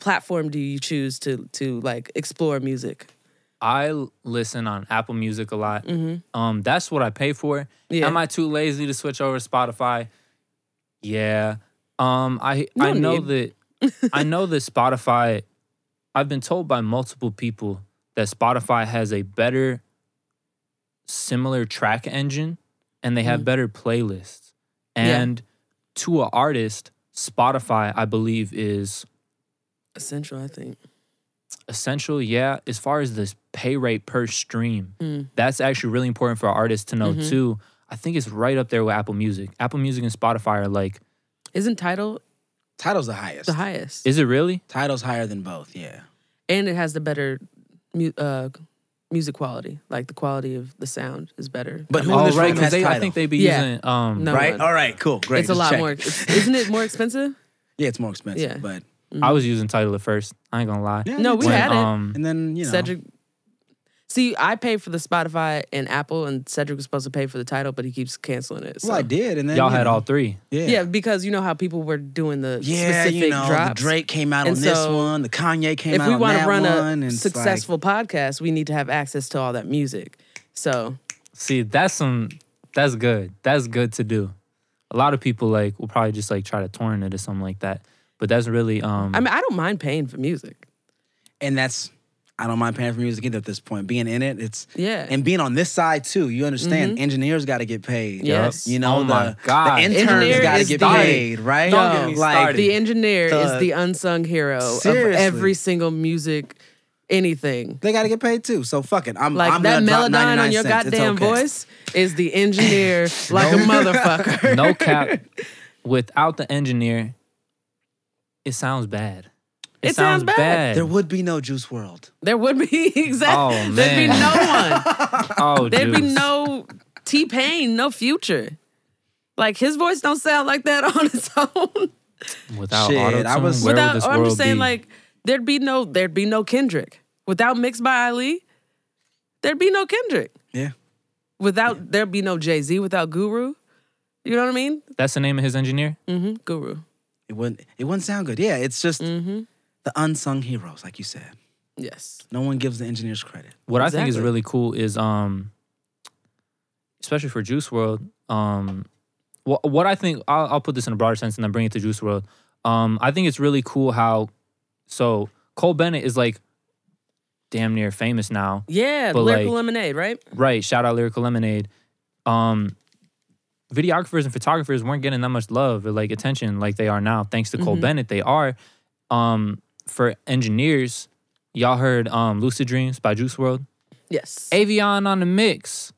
platform do you choose to to like explore music?
I l- listen on Apple Music a lot. Um, that's what I pay for.
Mm-hmm. Yeah.
Am I too lazy to switch over to Spotify? Yeah. Um, I
No
I know that I know that Spotify. I've been told by multiple people that Spotify has a better, similar track engine, and they have better playlists.
Mm. Yeah.
And to an artist, Spotify, I believe, is
Essential, I think.
essential yeah as far as this pay rate per stream
Hmm.
that's actually really important for artists to know
Mm-hmm.
too i think it's right up there with apple music apple music and spotify are like
Isn't title
Title's the highest.
the highest?
is it really
Title's higher than both. Yeah.
and it has the better mu- uh, music quality. Like the quality of the sound is better.
But who
oh
in this
right
room has
'cause they, i
title?
think they'd be
Yeah.
using um
No.
right.
one.
All right. Cool. Great.
it's a
just
lot
check.
more. it's- Isn't it more expensive?
Yeah, it's more expensive.
Yeah.
But
i was using title at first i ain't gonna lie
Yeah,
No, we
When,
had it.
um
and then you know,
Cedric. See, I paid for the Spotify and Apple, and Cedric was supposed to pay for the title, but he keeps canceling it. So.
well, I did, and then
y'all
you
had
know,
all three
Yeah.
Yeah, because you know how people were doing the
Yeah,
specific
you know,
drops.
the Drake came out
And
on this
so,
one, the Kanye came
if
out
we
on
want
that
to run
one, and
a
it's like-
successful podcast, we need to have access to all that music. So
see that's some that's good that's good to do a lot of people like will probably just like try to torrent it or something like that but that's really um
I mean, I don't mind paying for music.
and that's I don't mind paying for music either at this point. Being in it, it's
Yeah. Mm-hmm.
and being on this side too. You understand, engineers got to get paid.
Yes.
you know
Oh
the,
my God.
the interns
Engineer
got to
is
get
the-
paid, right?
Don't get me started.
The engineer
The-
is the unsung hero of
Seriously.
every single music, anything.
they got to get paid too. So fuck it. I'm
Like
I'm
that
gonna drop
melodyne
99
on your
cents. It's
goddamn
okay.
voice is the engineer, like a motherfucker.
no cap. Without the engineer, it sounds bad. It,
It sounds bad.
There would be no Juice World.
There would be exactly.
Oh,
There'd be
man.
no one.
oh,
There'd be
Juice.
no T Pain, no future. Like his voice don't sound like that on its own.
without
Shit, I
auto tune.
was-
Where would
Without,
this
or I'm
world
just saying,
be?
like there'd be no there'd be no Kendrick without Mixed by Ali. There'd be no Kendrick
Yeah.
without there'd be no Jay Z without Guru. You know what I mean?
that's the name of his engineer.
Mm-hmm. Guru.
It wouldn't it wouldn't sound good. Yeah, it's just
Mm-hmm.
the unsung heroes, like you said.
Yes.
No one gives the engineers credit.
What I think is
Exactly.
really cool is, um, especially for Juice World, um, what what I think I'll, I'll put this in a broader sense and then bring it to Juice World. Um, I think it's really cool how so Cole Bennett is like damn near famous now,
Yeah,
But,
lyrical
like-
lemonade, right?
right? Shout out Lyrical Lemonade. Um, videographers and photographers weren't getting that much love or like attention like they are now. Thanks to Cole
Mhm.
Bennett, they are. Um, for engineers, y'all heard um, "Lucid Dreams" by Juice World.
Yes.
Avion on the mix.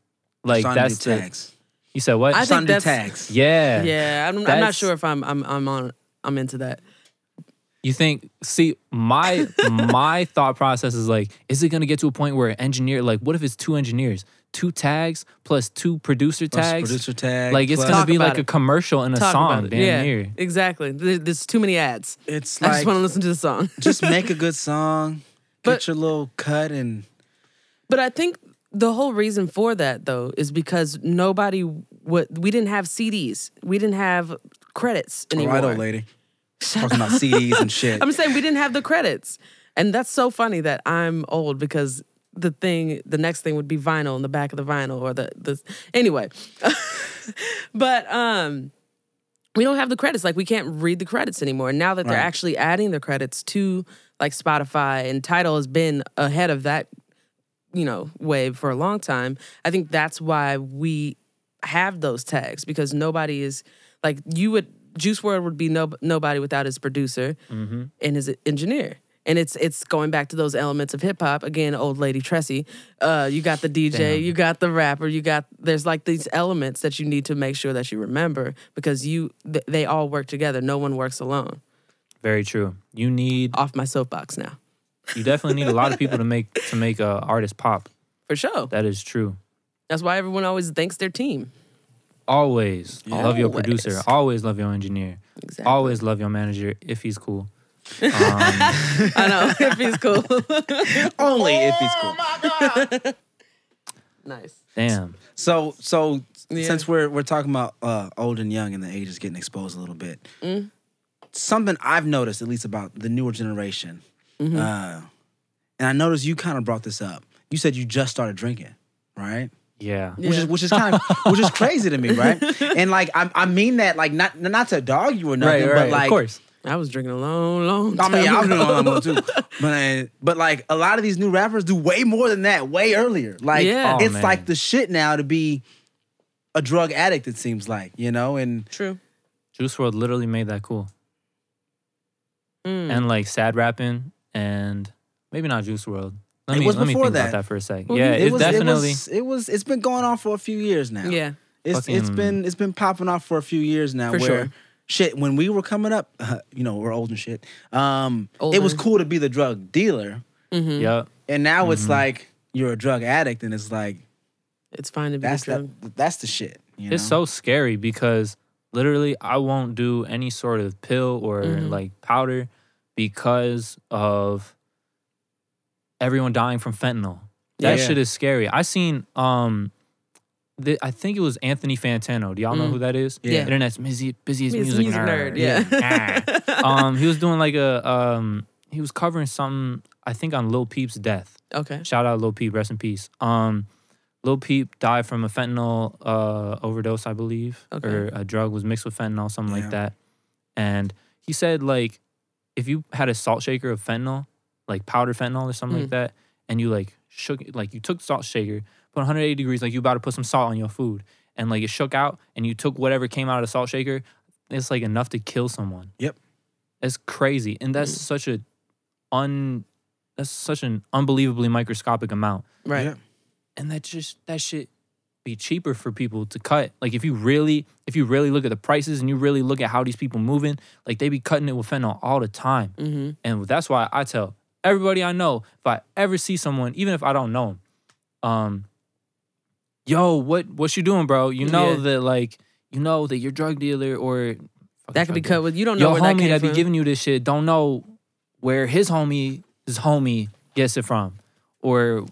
Like
Sign
that's
the
the,
tags.
you said what?
I think
Sign the
that's-
tags.
yeah.
yeah, I'm, I'm not
That's-
sure if I'm I'm I'm on I'm into that.
You think see my my thought process is like is it going to get to a point where an engineer like what if it's two engineers, two tags plus two producer
Plus
tags?
Producer tag.
like it's
plus-
going to
Talk
be
about
like a
it.
commercial and a
Talk about
song
it.
damn
yeah,
near.
exactly. There- There's too many ads.
it's
I just
like
want to
just,
listen to the song.
make a good song,
But-
get your little cut and
But I think the whole reason for that though is because nobody what we didn't have CDs. We didn't have credits anymore.
righto lady. Talking about CDs and shit.
I'm saying we didn't have the credits. And that's so funny that I'm old because the thing, the next thing would be vinyl in the back of the vinyl or the the anyway. but um we don't have the credits. Like we can't read the credits anymore. And now that they're
Right.
actually adding the credits to like Spotify and Tidal has been ahead of that, you know, wave for a long time. I think that's why we have those tags because nobody is like you would Juice World would be no, nobody without his producer and his engineer. And it's it's going back to those elements of hip hop again. Old lady Tressie, uh, you got the DJ, you got the rapper, you got there's like these elements that you need to make sure that you remember because you th- they all work together. No one works alone.
Very true. You need
Off my soapbox now,
you definitely need a lot of people to make to make uh, artists pop.
for sure.
That is true.
That's why everyone always thanks their team.
Always love your producer.
Always.
Always love your engineer.
Exactly.
Always love your manager if he's cool.
I know if he's cool.
Only if he's cool.
nice.
Damn.
So so
Yeah.
since we're we're talking about uh, old and young and the ages getting exposed a little bit, something I've noticed at least about the newer generation,
Mm-hmm.
uh, and I noticed you kind of brought this up. You said you just started drinking, right?
Yeah.
Which is which is kind of which is crazy to me, right? And like I, I mean that like not not to dog you or nothing, but like
of course.
I was drinking a long, long
I
time
mean, I'm
ago.
doing what I'm gonna do. But, I- but like a lot of these new rappers do way more than that, way earlier. Like
Yeah.
Oh,
it's
man.
like the shit now to be a drug addict, it seems like, you know? And
True.
Juice World literally made that cool.
Mm.
And like sad rapping and maybe not Juice World. Let
It
me
was
let me
before
think
that.
about that for a sec.
Well,
yeah,
you-
it's
it
definitely
was, it was it's been going on for a few years now.
yeah.
It's it's
Fucking-
been it's been popping off for a few years now
For
where
sure.
shit when we were coming up, uh, you know, we're old and shit. Um it was
Older.
cool to be the drug dealer.
Hmm. Mm-hmm.
Yup.
And now
Mm-hmm.
it's like you're a drug addict and it's like
It's fine to be
that's
drunk.
that, that's the shit. You
It's so
know?
scary because literally I won't do any sort of pill or
Mm-hmm.
like powder because of everyone dying from fentanyl. That
Yeah.
shit is scary. I seen um th- I think it was Anthony Fantano. Do y'all know who that is?
Yeah.
Internet's busy busiest
Mm. He's a
music,
music nerd, yeah.
Nah. um he was doing like a um he was covering something I think on Lil Peep's death.
Okay.
Shout out Lil Peep, rest in peace. Um, Lil Peep died from a fentanyl uh, overdose, I believe,
Okay.
or a drug was mixed with fentanyl, something
Yeah.
like that. And he said, like, if you had a salt shaker of fentanyl, like powdered fentanyl or something
Hmm.
like that, and you like shook, it- like you took the salt shaker, put 180 degrees, like you about to put some salt on your food, and like it shook out, and you took whatever came out of the salt shaker, it's like enough to kill someone.
Yep. Mm.
That's crazy, and that's such a un that's such an unbelievably microscopic amount
Right.
Yeah.
and that just that shit be cheaper for people to cut. Like if you really if you really look at the prices and you really look at how these people moving, like they be cutting it with fentanyl all the time.
Mm-hmm.
And that's why I tell everybody I know if I ever see someone, even if I don't know them, um, yo, what what you doing, bro? You know
Yeah.
that like you know that your drug dealer or
That could be cut with. You don't know
your
where that
homie
came
that be
from.
giving you this shit don't know where his homie his homie gets it from or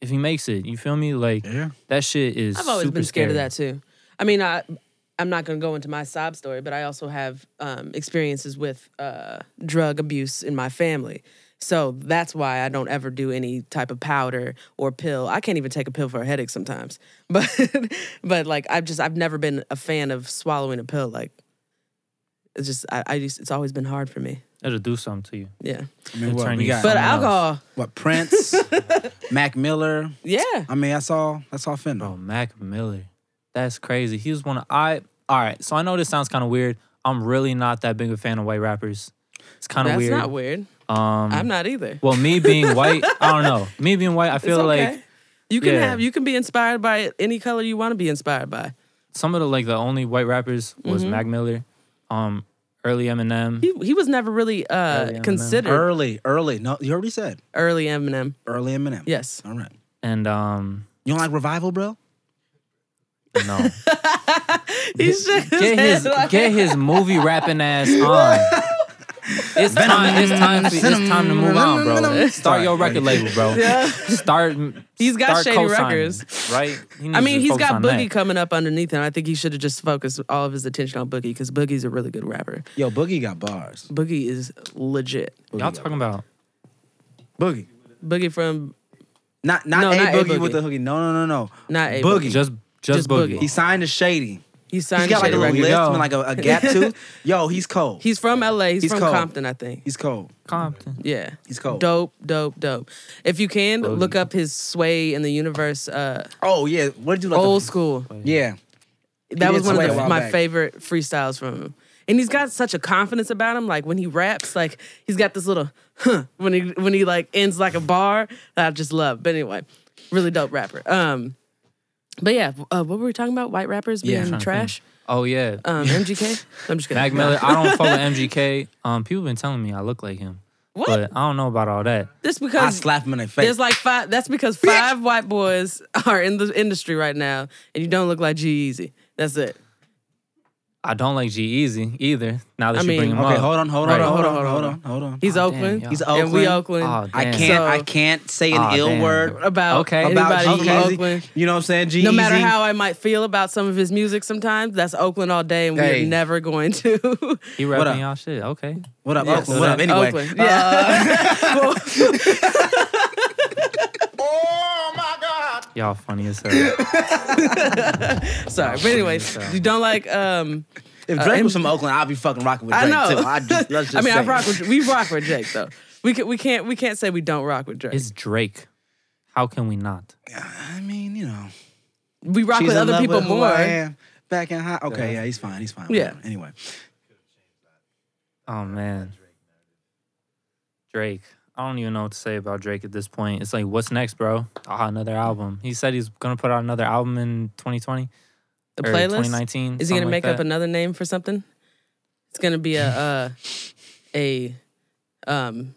if he makes it you feel me like
Yeah.
that shit is
I've always
super
been scared of
scary.
that too. I mean, I I'm not going to go into my sob story, but I also have um, experiences with uh, drug abuse in my family. So that's why I don't ever do any type of powder or pill. I can't even take a pill for a headache sometimes. But but like I've just I've never been a fan of swallowing a pill. Like it's just I, I just it's always been hard for me.
it'll do something to you
Yeah.
I mean,
It'll
what
turn
we
you
got?
But
Someone else.
alcohol,
what Prince, Mac Miller.
yeah.
I mean, that's all. That's all
bro
fentanyl.
mac miller that's crazy he was one of i all right so i know this sounds kind of weird i'm really not that big a fan of white rappers it's kind of
That's
weird
not weird.
um
I'm not either.
well me being white i don't know me being white i
It's
feel
okay.
like
you can
yeah.
have you can be inspired by any color you want to be inspired by.
some of the like the only white rappers was Mac Miller, um, early Eminem.
Mm-hmm. He he was never really uh
Early Eminem.
considered
Early, early. No, you already said
early Eminem.
early Eminem.
Yes.
All right.
and um,
You don't like revival, bro?
no,
He shook his head
get his
like-
get his movie rapping ass on. It's time. It's time. For, it's time to move on, bro. Start your record label, bro. Start.
He's got
start
shady
co-signing,
records.
right? He
I mean,
needs to
he's
focus
got
on
Boogie
that.
coming up underneath him. I think he should have just focused all of his attention on Boogie because Boogie's a really good rapper.
Yo, Boogie got bars.
Boogie is legit.
Y'all talking about
Boogie.
Boogie from
Not not,
No,
a,
not A
boogie
Boogie.
with the hoogie. No, no, no, no.
Not A
boogie.
just just,
Just Boogie.
Boogie.
he signed a shady.
he signed
he's got like
Shady
a little
Records.
Records.
lisp and
Yo.
like a, a gap tooth. Yo, he's cold.
He's from LA. He's,
He's
from
cold.
Compton, I think.
he's cold.
Compton.
Yeah.
He's cold.
Dope, dope, dope. If you can,
Boogie.
look up his sway in the universe, uh,
Oh yeah. What did you like? the-
old school.
yeah.
That
He
was
did
one
Sway
of
a
the,
while
my
back.
favorite freestyles from him. And he's got such a confidence about him. Like when he raps, like he's got this little huh when he when he like ends like a bar that I just love. But anyway, really dope rapper. Um, but yeah, uh, what were we talking about? White rappers
Yeah.
being
Trying
trash.
Oh yeah,
Um, MGK. I'm just kidding.
Mac Miller. I don't follow MGK. Um, people been telling me I look like him,
What?
but I don't know about all that.
This
I
because
slap him in the face.
there's like five. That's because five white boys are in the industry right now, and you don't look like G Easy. That's it.
I don't like G Easy either. Now that
I
you
mean-
bring him
okay,
up,
hold on, hold
Right.
on, hold on, hold on, hold on, hold on.
He's
Aw, damn,
Oakland.
y'all.
He's
and we
Oakland.
Oakland.
Aw,
I
Oh, damn.
can't
So-
I can't say an
Aw,
ill
damn.
word
about
Okay.
about
anybody
G-Eazy.
from Oakland.
You know what I'm saying? E G-Eazy.
No matter how I might feel about some of his music sometimes, that's Oakland all day, and we
Hey.
are never going to.
He
What
rapping
up?
y'all shit. Okay.
What up,
Yes.
Oakland? What up? Anyway, Uh,
Oakland. Yeah. Well,
Oh my god!
Y'all funny as hell.
sorry. But anyway,
so-
you don't like. um
if Drake
and-
was from Oakland, I'd be fucking rocking with
I
Drake
know.
too. I just, let's just
I mean, I
say.
rock with we rock with Drake though. We can, we can't we can't say we don't rock with Drake.
It's Drake. How can we not?
I mean, you know,
we rock
she's
with
in
other
love
people
with who
more.
I am. Back in high, okay, yeah, he's fine, he's fine.
Yeah.
whatever. Anyway,
Oh man. Drake. I don't even know what to say about Drake at this point. It's like, what's next, bro? Ah, another album. He said he's gonna put out another album in 2020
The
or
playlist
2019.
is he gonna
something
make
like
up
that.
another name for something? It's gonna be a uh, a um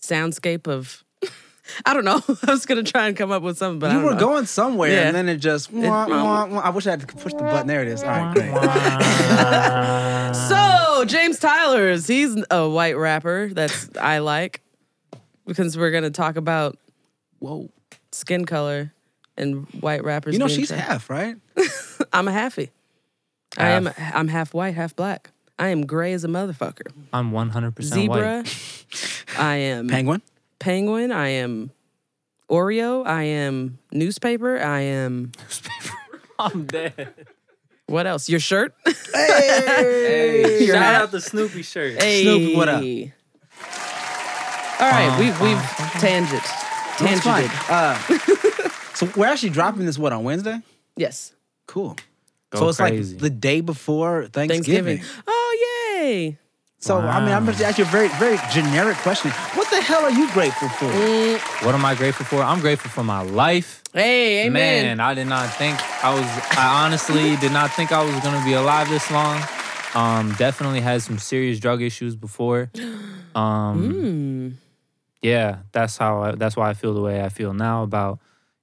soundscape of. I don't know. I was gonna try and come up with something, but I
you
don't
were
know.
going somewhere,
Yeah.
and then it just. Wah, wah, wah. I wish I had to push the button. There it is. All right, great.
So James Tyler's he's a white rapper that's I like because we're gonna talk about
Whoa.
skin color and white rappers.
You know
being
she's
trans.
half, right?
I'm a halfie. I am. I'm half white, half black. I am gray as a motherfucker.
I'm 100 percent
Zebra.
white.
I am
Penguin.
penguin. I am Oreo. I am newspaper. I am
I'm dead.
what else? Your shirt.
Hey,
Your
shout
hat.
out the Snoopy shirt.
Hey.
Snoopy, what up?
All right, we've we've tangent,
No, it's
tangented.
Uh-huh. fine. Uh, so we're actually dropping this what on Wednesday?
Yes.
Cool.
Go
so it's
crazy.
like the day before Thanksgiving.
Thanksgiving. Oh yay!
So I mean, I'm
Wow.
going to ask you a very, very generic question. What the hell are you grateful for?
What am I grateful for? I'm grateful for my life.
Hey, amen.
Man, I did not think I was. I honestly did not think I was gonna be alive this long. Um, definitely had some serious drug issues before. Um,
Hmm.
yeah, that's how. I, that's why I feel the way I feel now about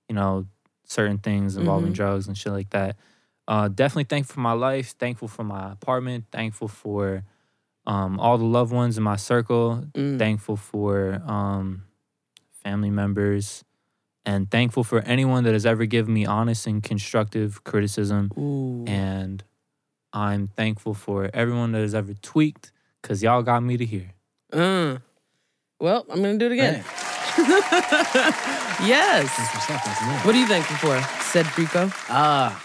you know certain things involving
Mm-hmm.
drugs and shit like that. Uh, definitely thankful for my life. Thankful for my apartment. Thankful for um, all the loved ones in my circle.
Mm.
Thankful for um, family members. And thankful for anyone that has ever given me honest and constructive criticism.
Ooh.
And I'm thankful for everyone that has ever tweaked because y'all got me to here.
Uh. Well, I'm gonna do it
Man,
again.
that's
Yes.
what's up, that's lit.
What are you thankful for? Said Rico.
Ah,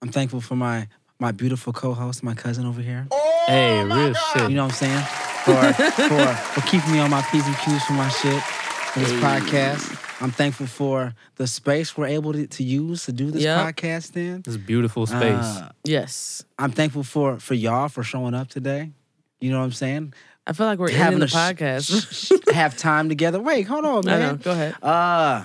I'm thankful for my my beautiful co-host, my cousin over here.
Oh.
hey, real
You
shit.
know what I'm saying? For for for keeping me on my p's and q's for my shit for this podcast. I'm thankful for the space we're able to, to use to do this
Yep.
podcast in.
This beautiful space.
Ah.
Uh,
Yes.
I'm thankful for for y'all for showing up today. You know what I'm saying?
I feel like we're ending
Having
the
a sh-
podcast.
sh- have time together. Wait, hold on,
I
man.
know. Go ahead.
Uh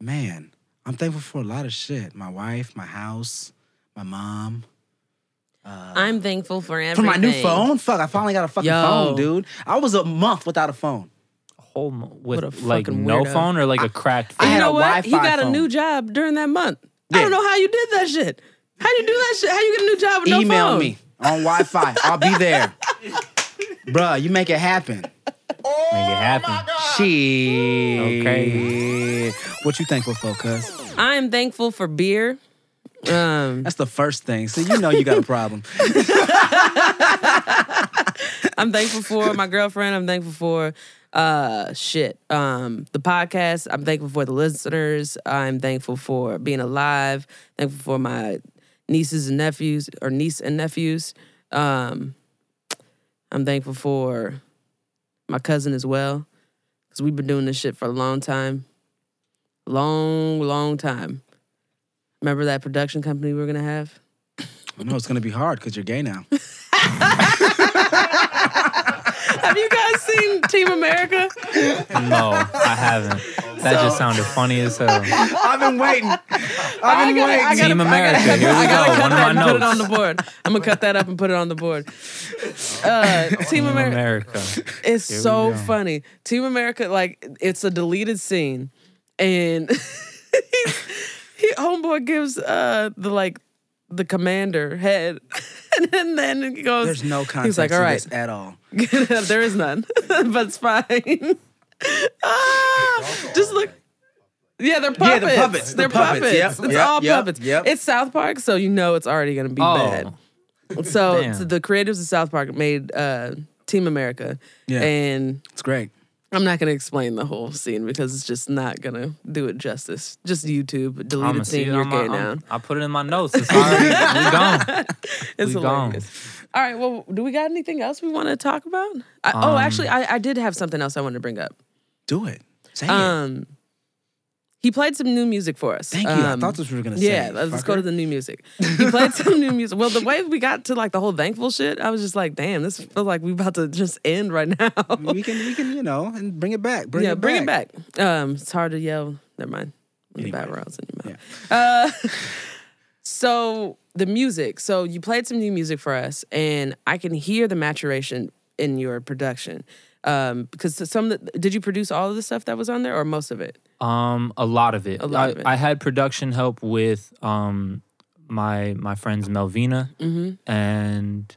man, I'm thankful for a lot of shit. My wife, my house, my mom.
Uh, I'm thankful for
For
everything.
my new phone? Fuck, I finally got a fucking
Yo.
phone, dude. I was a month without a phone.
Whole mo-
What
with
a
like
fucking
no
weirdo.
phone or like a cracked
I
phone.
And you
had
know
a
what? he
Wi-Fi
got a
phone.
new job during that month. I
Yeah.
don't know how you did that shit. How you do that shit? How you get a new job with no
Email
phone?
me on Wi Fi. I'll be there. Bruh, you make it happen.
Make it happen.
Shit.
Okay.
What you thankful for, cuz?
I am thankful for beer. Um,
That's the first thing. So you know you got a problem.
I'm thankful for my girlfriend. I'm thankful for uh shit. Um the podcast. I'm thankful for the listeners. I'm thankful for being alive. Thankful for my nieces and nephews or niece and nephews. Um I'm thankful for my cousin as well cuz we've been doing this shit for a long time. Long long time. Remember that production company we were going to have?
no, it's gonna be hard because you're gay now.
Have you guys seen Team America?
No, I haven't. That just sounded funny as hell.
I've been waiting. I've been waiting.
Team America, here we go. One of my
and put it on
notes.
the board. I'm gonna cut that up and put it on the board. Uh, Team
Team
America
America.
is
we
so
go.
funny. Team America, like it's a deleted scene, and he's, he homeboy gives uh the like the commander head, and then, then he goes.
There's no context
He's like, all
to
right,
this at all.
there is none, but it's fine. ah, just look. Yeah, they're
Yeah,
puppets.
the puppets, the
They're
puppets,
puppets.
yep,
It's
yep,
all
yep,
puppets.
yep.
It's South Park, so you know it's already gonna be
Oh,
bad. So,
Damn.
so the creatives of South Park made uh, Team America,
Yeah.
and
It's great.
I'm not gonna explain the whole scene because it's just not gonna do it justice. Just YouTube
I'm gonna
deleted
see
scene.
it
You're
on my.
gay
I'm-
now.
I put it in my notes. It's already we gone.
It's
we gone.
hilarious. All right, well, do we got anything else we want to talk about? I, oh,
Um,
actually, I, I did have something else I wanted to bring up.
Do it. Say it.
Um, he played some new music for us.
Thank you. I
Um,
thought this was gonna say.
yeah, let's go to the new music. He played some new music. Well, the way we got to like the whole thankful shit, I was just like, damn, this feels like we about to just end right now.
We can we can you know and bring it back. Bring
yeah,
it
bring
back.
it back. Um, it's hard to yell. Never mind. When The bad
Anyway.
rolls in your mouth. Uh, so the music. So you played some new music for us, and I can hear the maturation in your production. Um, because some of the- did you produce all of the stuff that was on there, or most of it?
Um, a lot of it.
A lot
I,
of it.
I had production help with um my my friends Melvina
Mm-hmm.
and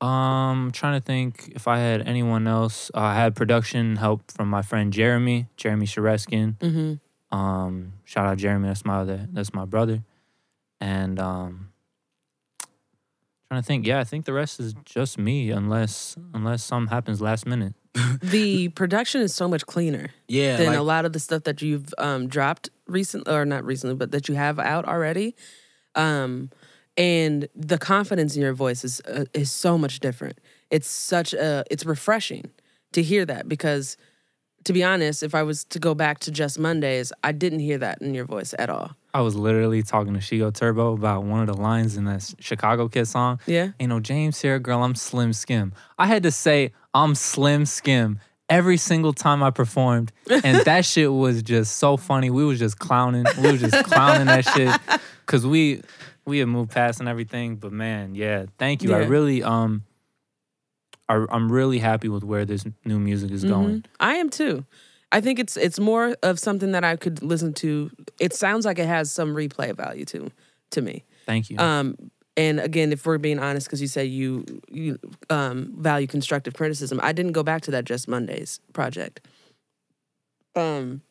um trying to think if I had anyone else. Uh, I had production help from my friend Jeremy, Jeremy Shareskin.
Mm-hmm.
Um, shout out Jeremy. That's my other. That's my brother. And um, trying to think. Yeah, I think the rest is just me, unless unless something happens last minute.
The production is so much cleaner.
Yeah,
than
like-
a lot of the stuff that you've um, dropped recently, or not recently, but that you have out already. Um, and the confidence in your voice is uh, is so much different. It's such a it's refreshing to hear that because, to be honest, if I was to go back to just Mondays, I didn't hear that in your voice at all.
I I was literally talking to Shigo Turbo about one of the lines in that Chicago Kid song.
Yeah.
You know, James here, girl, I'm Slim Skim. I had to say I'm Slim Skim every single time I performed. And that shit was just so funny. We was just clowning. We was just clowning that shit. Cause we we had moved past and everything. But man, yeah. Thank you. I
Yeah.
really um I, I'm really happy with where this new music
Mm-hmm.
is going.
I am too. I think it's it's more of something that I could listen to. It sounds like it has some replay value to to me.
Thank you.
Um, and again, if we're being honest, because you said you you um, value constructive criticism, I didn't go back to that Just Mondays project. Um,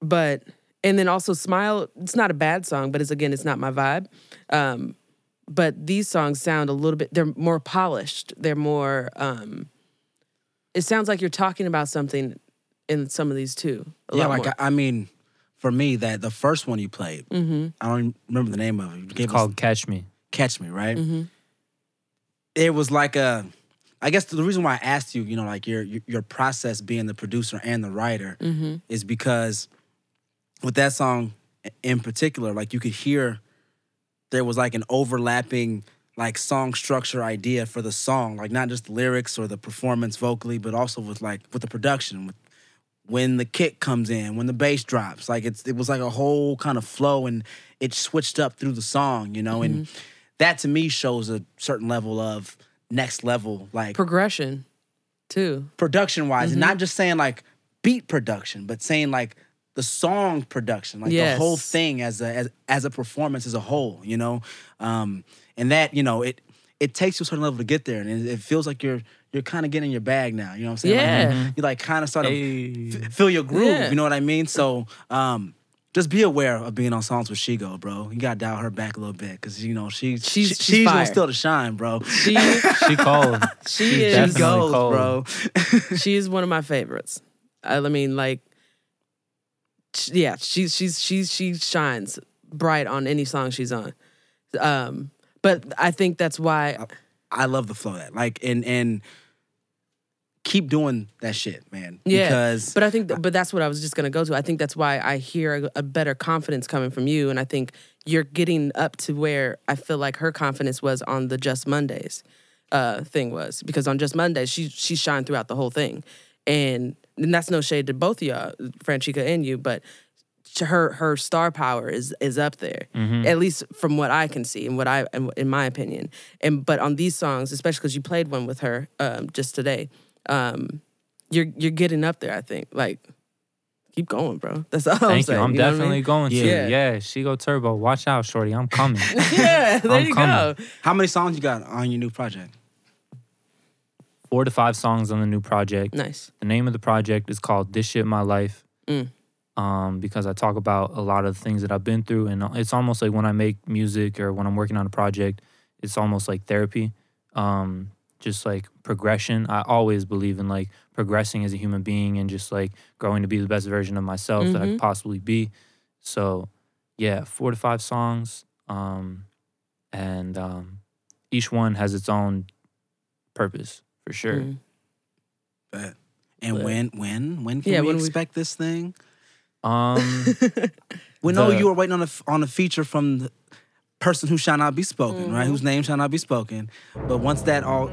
but and then also Smile. It's not a bad song, but it's again, it's not my vibe. Um, but these songs sound a little bit. They're more polished. They're more. Um, it sounds like you're talking about something in some of these too. a
yeah,
lot
like
more.
I, I mean, for me, that the first one you played,
Mm-hmm,
I don't even remember the name of it. You gave
it's
us
called Catch Me.
Catch Me, right?
Mm-hmm.
It was like a. I guess the reason why I asked you, you know, like your your your process being the producer and the writer,
mm-hmm.
is because with that song in particular, like you could hear there was like an overlapping like song structure idea for the song, like not just the lyrics or the performance vocally, but also with like with the production, with when the kick comes in, when the bass drops, like it's it was like a whole kind of flow and it switched up through the song, you know, and that to me shows a certain level of next level like
progression too.
production wise, and
Mm-hmm.
not just saying like beat production, but saying like the song production, like
Yes.
the whole thing as a as, as a performance as a whole, you know. Um, and that you know it it takes you a certain level to get there, and it, it feels like you're you're kind of getting in your bag now. You know what I'm saying? Like,
Yeah.
you, you like kind of start to
Hey.
f- feel your groove.
Yeah.
You know what I mean? So um, just be aware of being on songs with Shigo, bro. You gotta dial her back a little bit because you know she,
She's-
she's
she's
she's, she's
fire.
gonna still to shine, bro.
She
She called.
She
She's
is- She
She
definitely
goes,
cold.
bro.
she's one of my favorites. I I mean, like, sh- yeah, she's she's she's she shines bright on any song she's on. Um, but I think that's why
I love the flow of that like and and keep doing that shit, man.
Yeah,
because
but I think, but that's what I was just gonna go to. I think that's why I hear a, a better confidence coming from you, and I think you're getting up to where I feel like her confidence was on the Just Mondays uh, thing was because on Just Mondays she she shined throughout the whole thing, and and that's no shade to both of y'all, Franchica and you, but to her her star power is is up there
Mm-hmm.
at least from what i can see and what i in- in my opinion and but on these songs especially because you played one with her um, just today um, you're you're getting up there i think like keep going bro that's all i'm
Thank you.
saying
I'm
you know what I
definitely
mean?
going to.
Yeah.
Yeah. she go turbo. Watch out, shorty. I'm coming.
yeah there
I'm
you
coming.
go
how many songs you got on your new project?
Four to five songs on the new project.
nice
The name of the project is called This Shit My Life. Um, because I talk about a lot of the things that I've been through, and it's almost like when I make music or when I'm working on a project, it's almost like therapy. Um, just like progression. I always believe in like progressing as a human being and just like growing to be the best version of myself that I could possibly be. So, yeah, four to five songs. Um, and um, each one has its own purpose for sure.
Mm.
Bet. And
Bet.
when when when can
Yeah,
we
when we-
expect this thing?
Um,
We know
The-
you were waiting on a f- on a feature from the person who shall not be spoken,
Mm-hmm.
right? Whose name shall not be spoken. But once that all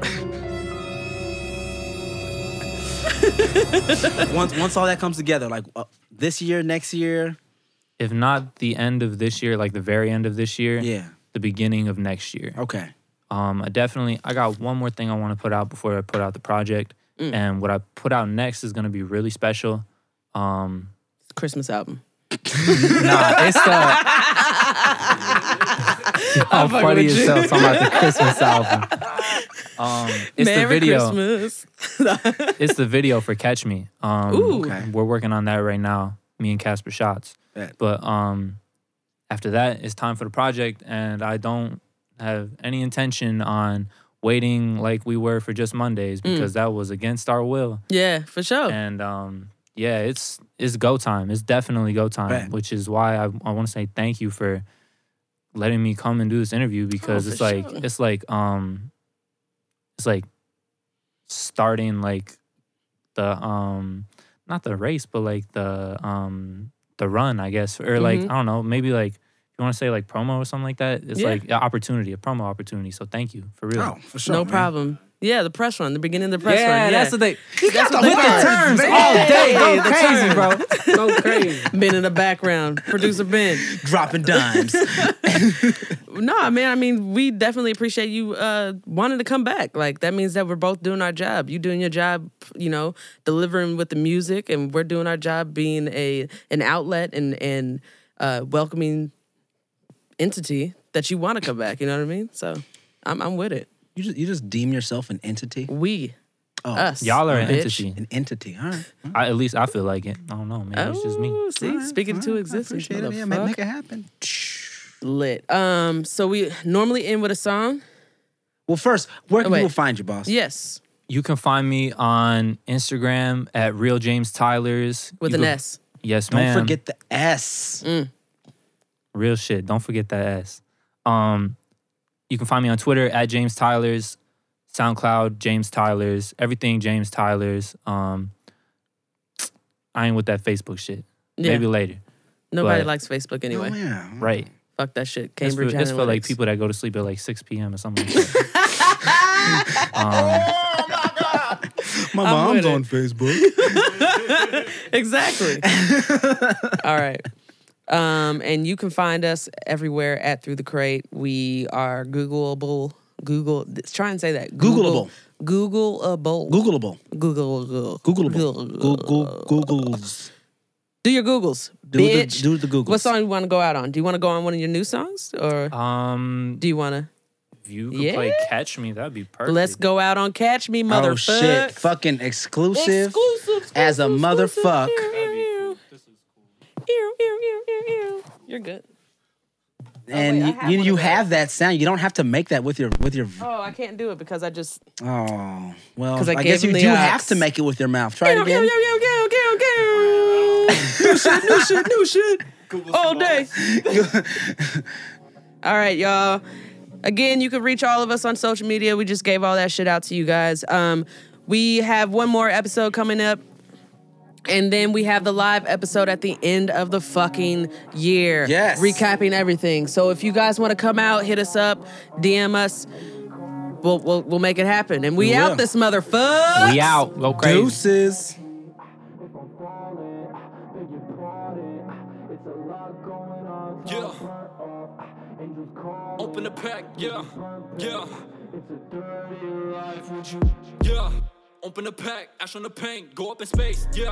once once all that comes together, like uh, this year, next year,
if not the end of this year, like the very end of this year,
yeah,
the beginning of next year.
okay,
Um, I definitely I got one more thing I want to put out before I put out the project,
Mm.
and what I put out next is gonna be really special. Um,
christmas album
nah,
uh,
it's the how funny
with you.
yourself talking about the Christmas album. Um, it's
merry
the video.
christmas
It's the video for Catch Me. Um,
Ooh.
Okay.
We're working on that right now. Me and Casper Shots.
Bet.
But um, after that, it's time for the project, and I don't have any intention on waiting like we were for just Mondays because that was against our will.
yeah for sure
And um, yeah, it's it's go time. It's definitely go time,
Bet.
which is why I, I want to say thank you for letting me come and do this interview because
Oh, for
it's like
sure.
it's like um it's like starting like the um not the race but like the um the run, I guess, or like I don't know, maybe like if you want to say like promo or something like that.
Mm-hmm.
It's
Yeah.
like an opportunity, a promo opportunity. So thank you for real.
Oh, for sure.
no
man.
problem. Yeah, the press run, the beginning of the
Yeah,
press run. Yeah,
that's the thing. Oh,
He
That's
got the
what they
words,
do.
Turns
man.
all day. Go
The
crazy, bro. Go crazy.
Ben in the background, producer Ben.
dropping dimes.
No, man. I mean, we definitely appreciate you uh, wanting to come back. Like that means that we're both doing our job. You doing your job, you know, delivering with the music, and we're doing our job being a an outlet and and uh, welcoming entity that you want to come back. You know what I mean? So I'm I'm with it.
you just you just deem yourself an entity.
We
Oh,
us
Y'all are an
bitch.
entity.
an entity. All right.
I, at least I feel like it. I don't know. Maybe it's just me.
Oh, see, speaking to existence,
Appreciate it. Yeah, make,
motherfucker.
make it happen.
lit. Um, so we normally end with a song.
Well, first, where can
Wait.
people find you, boss?
Yes,
You can find me on Instagram at real James Tyler's
with
You
an
can-
S.
Yes,
Don't
ma'am.
forget the S.
real shit. Don't forget that ass. Um, you can find me on Twitter at James Tyler's, SoundCloud James Tyler's, everything James Tyler's. Um, I ain't with that Facebook shit.
Yeah.
Maybe later.
Nobody
but-
likes Facebook anyway.
Oh, yeah.
Right.
Fuck that shit.
It's for,
Cambridge
it's for like
Analytics.
people that go to sleep at like 6 p.m. or something like that. um,
My
I'm
mom's
with it.
on Facebook.
Exactly. All right. Um, and you can find us everywhere at Through the Crate. We are Googleable. Google. Try and say that.
Googleable.
Googleable.
Googleable.
Google. Google.
Googleable. Google. Google's.
Do your Googles,
Do the-
bitch.
do the Googles. Uh,
What song you want to go out on? Do you want to go on one of your new songs, or
um,
do you want to?
if you could
Yeah.
play Catch Me, that'd be perfect.
Let's go out on Catch Me, motherfucker.
Oh shit! Fucking exclusive. as a
exclusive.
motherfuck.
Ew, ew, ew. Ew, ew, ew, ew, ew. You're good.
And
Oh, wait, I
you-
have
you
one
you
of those.
have that sound. You don't have to make that with your with your.
Oh, I can't do it because I just.
Oh well.
'Cause
I,
I
guess
gave
you
him
do
the
have
ox.
to make it with your mouth. Try it again.
New shit, new shit, new shit. All day. all right, y'all. Again, you can reach all of us on social media. We just gave all that shit out to you guys. Um, we have one more episode coming up. And then we have the live episode at the end of the fucking year.
Yes.
Recapping everything. So if you guys want to come out, hit us up, DM us. We'll, we'll, we'll make it happen. And we,
We will.
out this motherfucker.
We out. Go crazy.
Deuces.
Yeah. Open the pack, yeah, yeah. Yeah. Open the pack, ash on the paint, go up in space, yeah.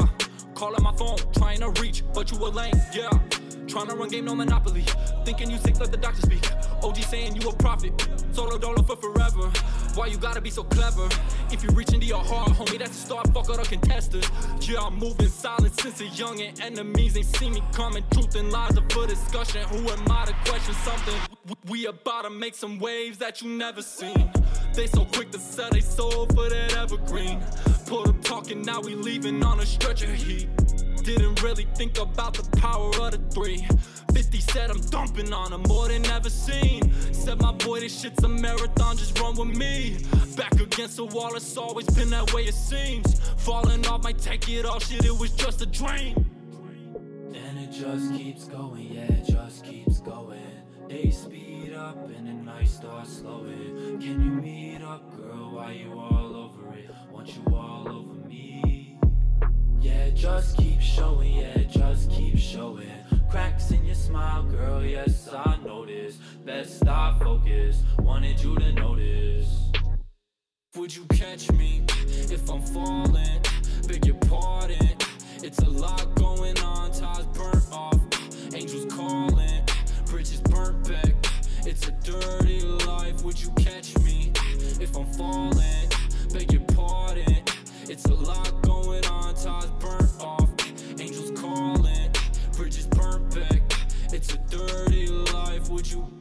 Call up my phone, trying to reach, but you a lame, yeah. Trying to run game, no monopoly. Thinking you sick, let the doctor speak. OG saying you a prophet, solo dollar for forever. Why you gotta be so clever? If you reach into your heart, homie, that's a start, fuck all the contestants. Yeah, I'm moving silent since a young and enemies ain't seen me coming. Truth and lies are for discussion. Who am I to question something? W- We about to make some waves that you never seen. They so quick to sell they soul for that evergreen. Pulled up talking, now we leaving on a stretcher heat. Didn't really think about the power of the three. 50 said I'm dumping on him more than ever seen. Said my boy, this shit's a marathon, just run with me. Back against the wall, it's always been that way, it seems. Falling off, might take it all, shit, it was just a dream.
And it just keeps going, yeah, it just keeps going. Days speed up and the night starts slowing. Can you meet up, girl? Why you all over it? Want you all over me? Yeah, it just keep showing, yeah, it just keep showing. Cracks in your smile, girl, yes, I noticed. Best I focus, wanted you to notice.
Would you catch me if I'm falling? Beg your pardon. It's a lot going on. Ties burnt off. Angels calling. Bridges burnt back. It's a dirty life. Would you catch me if I'm falling? Beg your pardon. It's a lot going on. Ties burnt off. Angels calling. Bridges burnt back. It's a dirty life. Would you?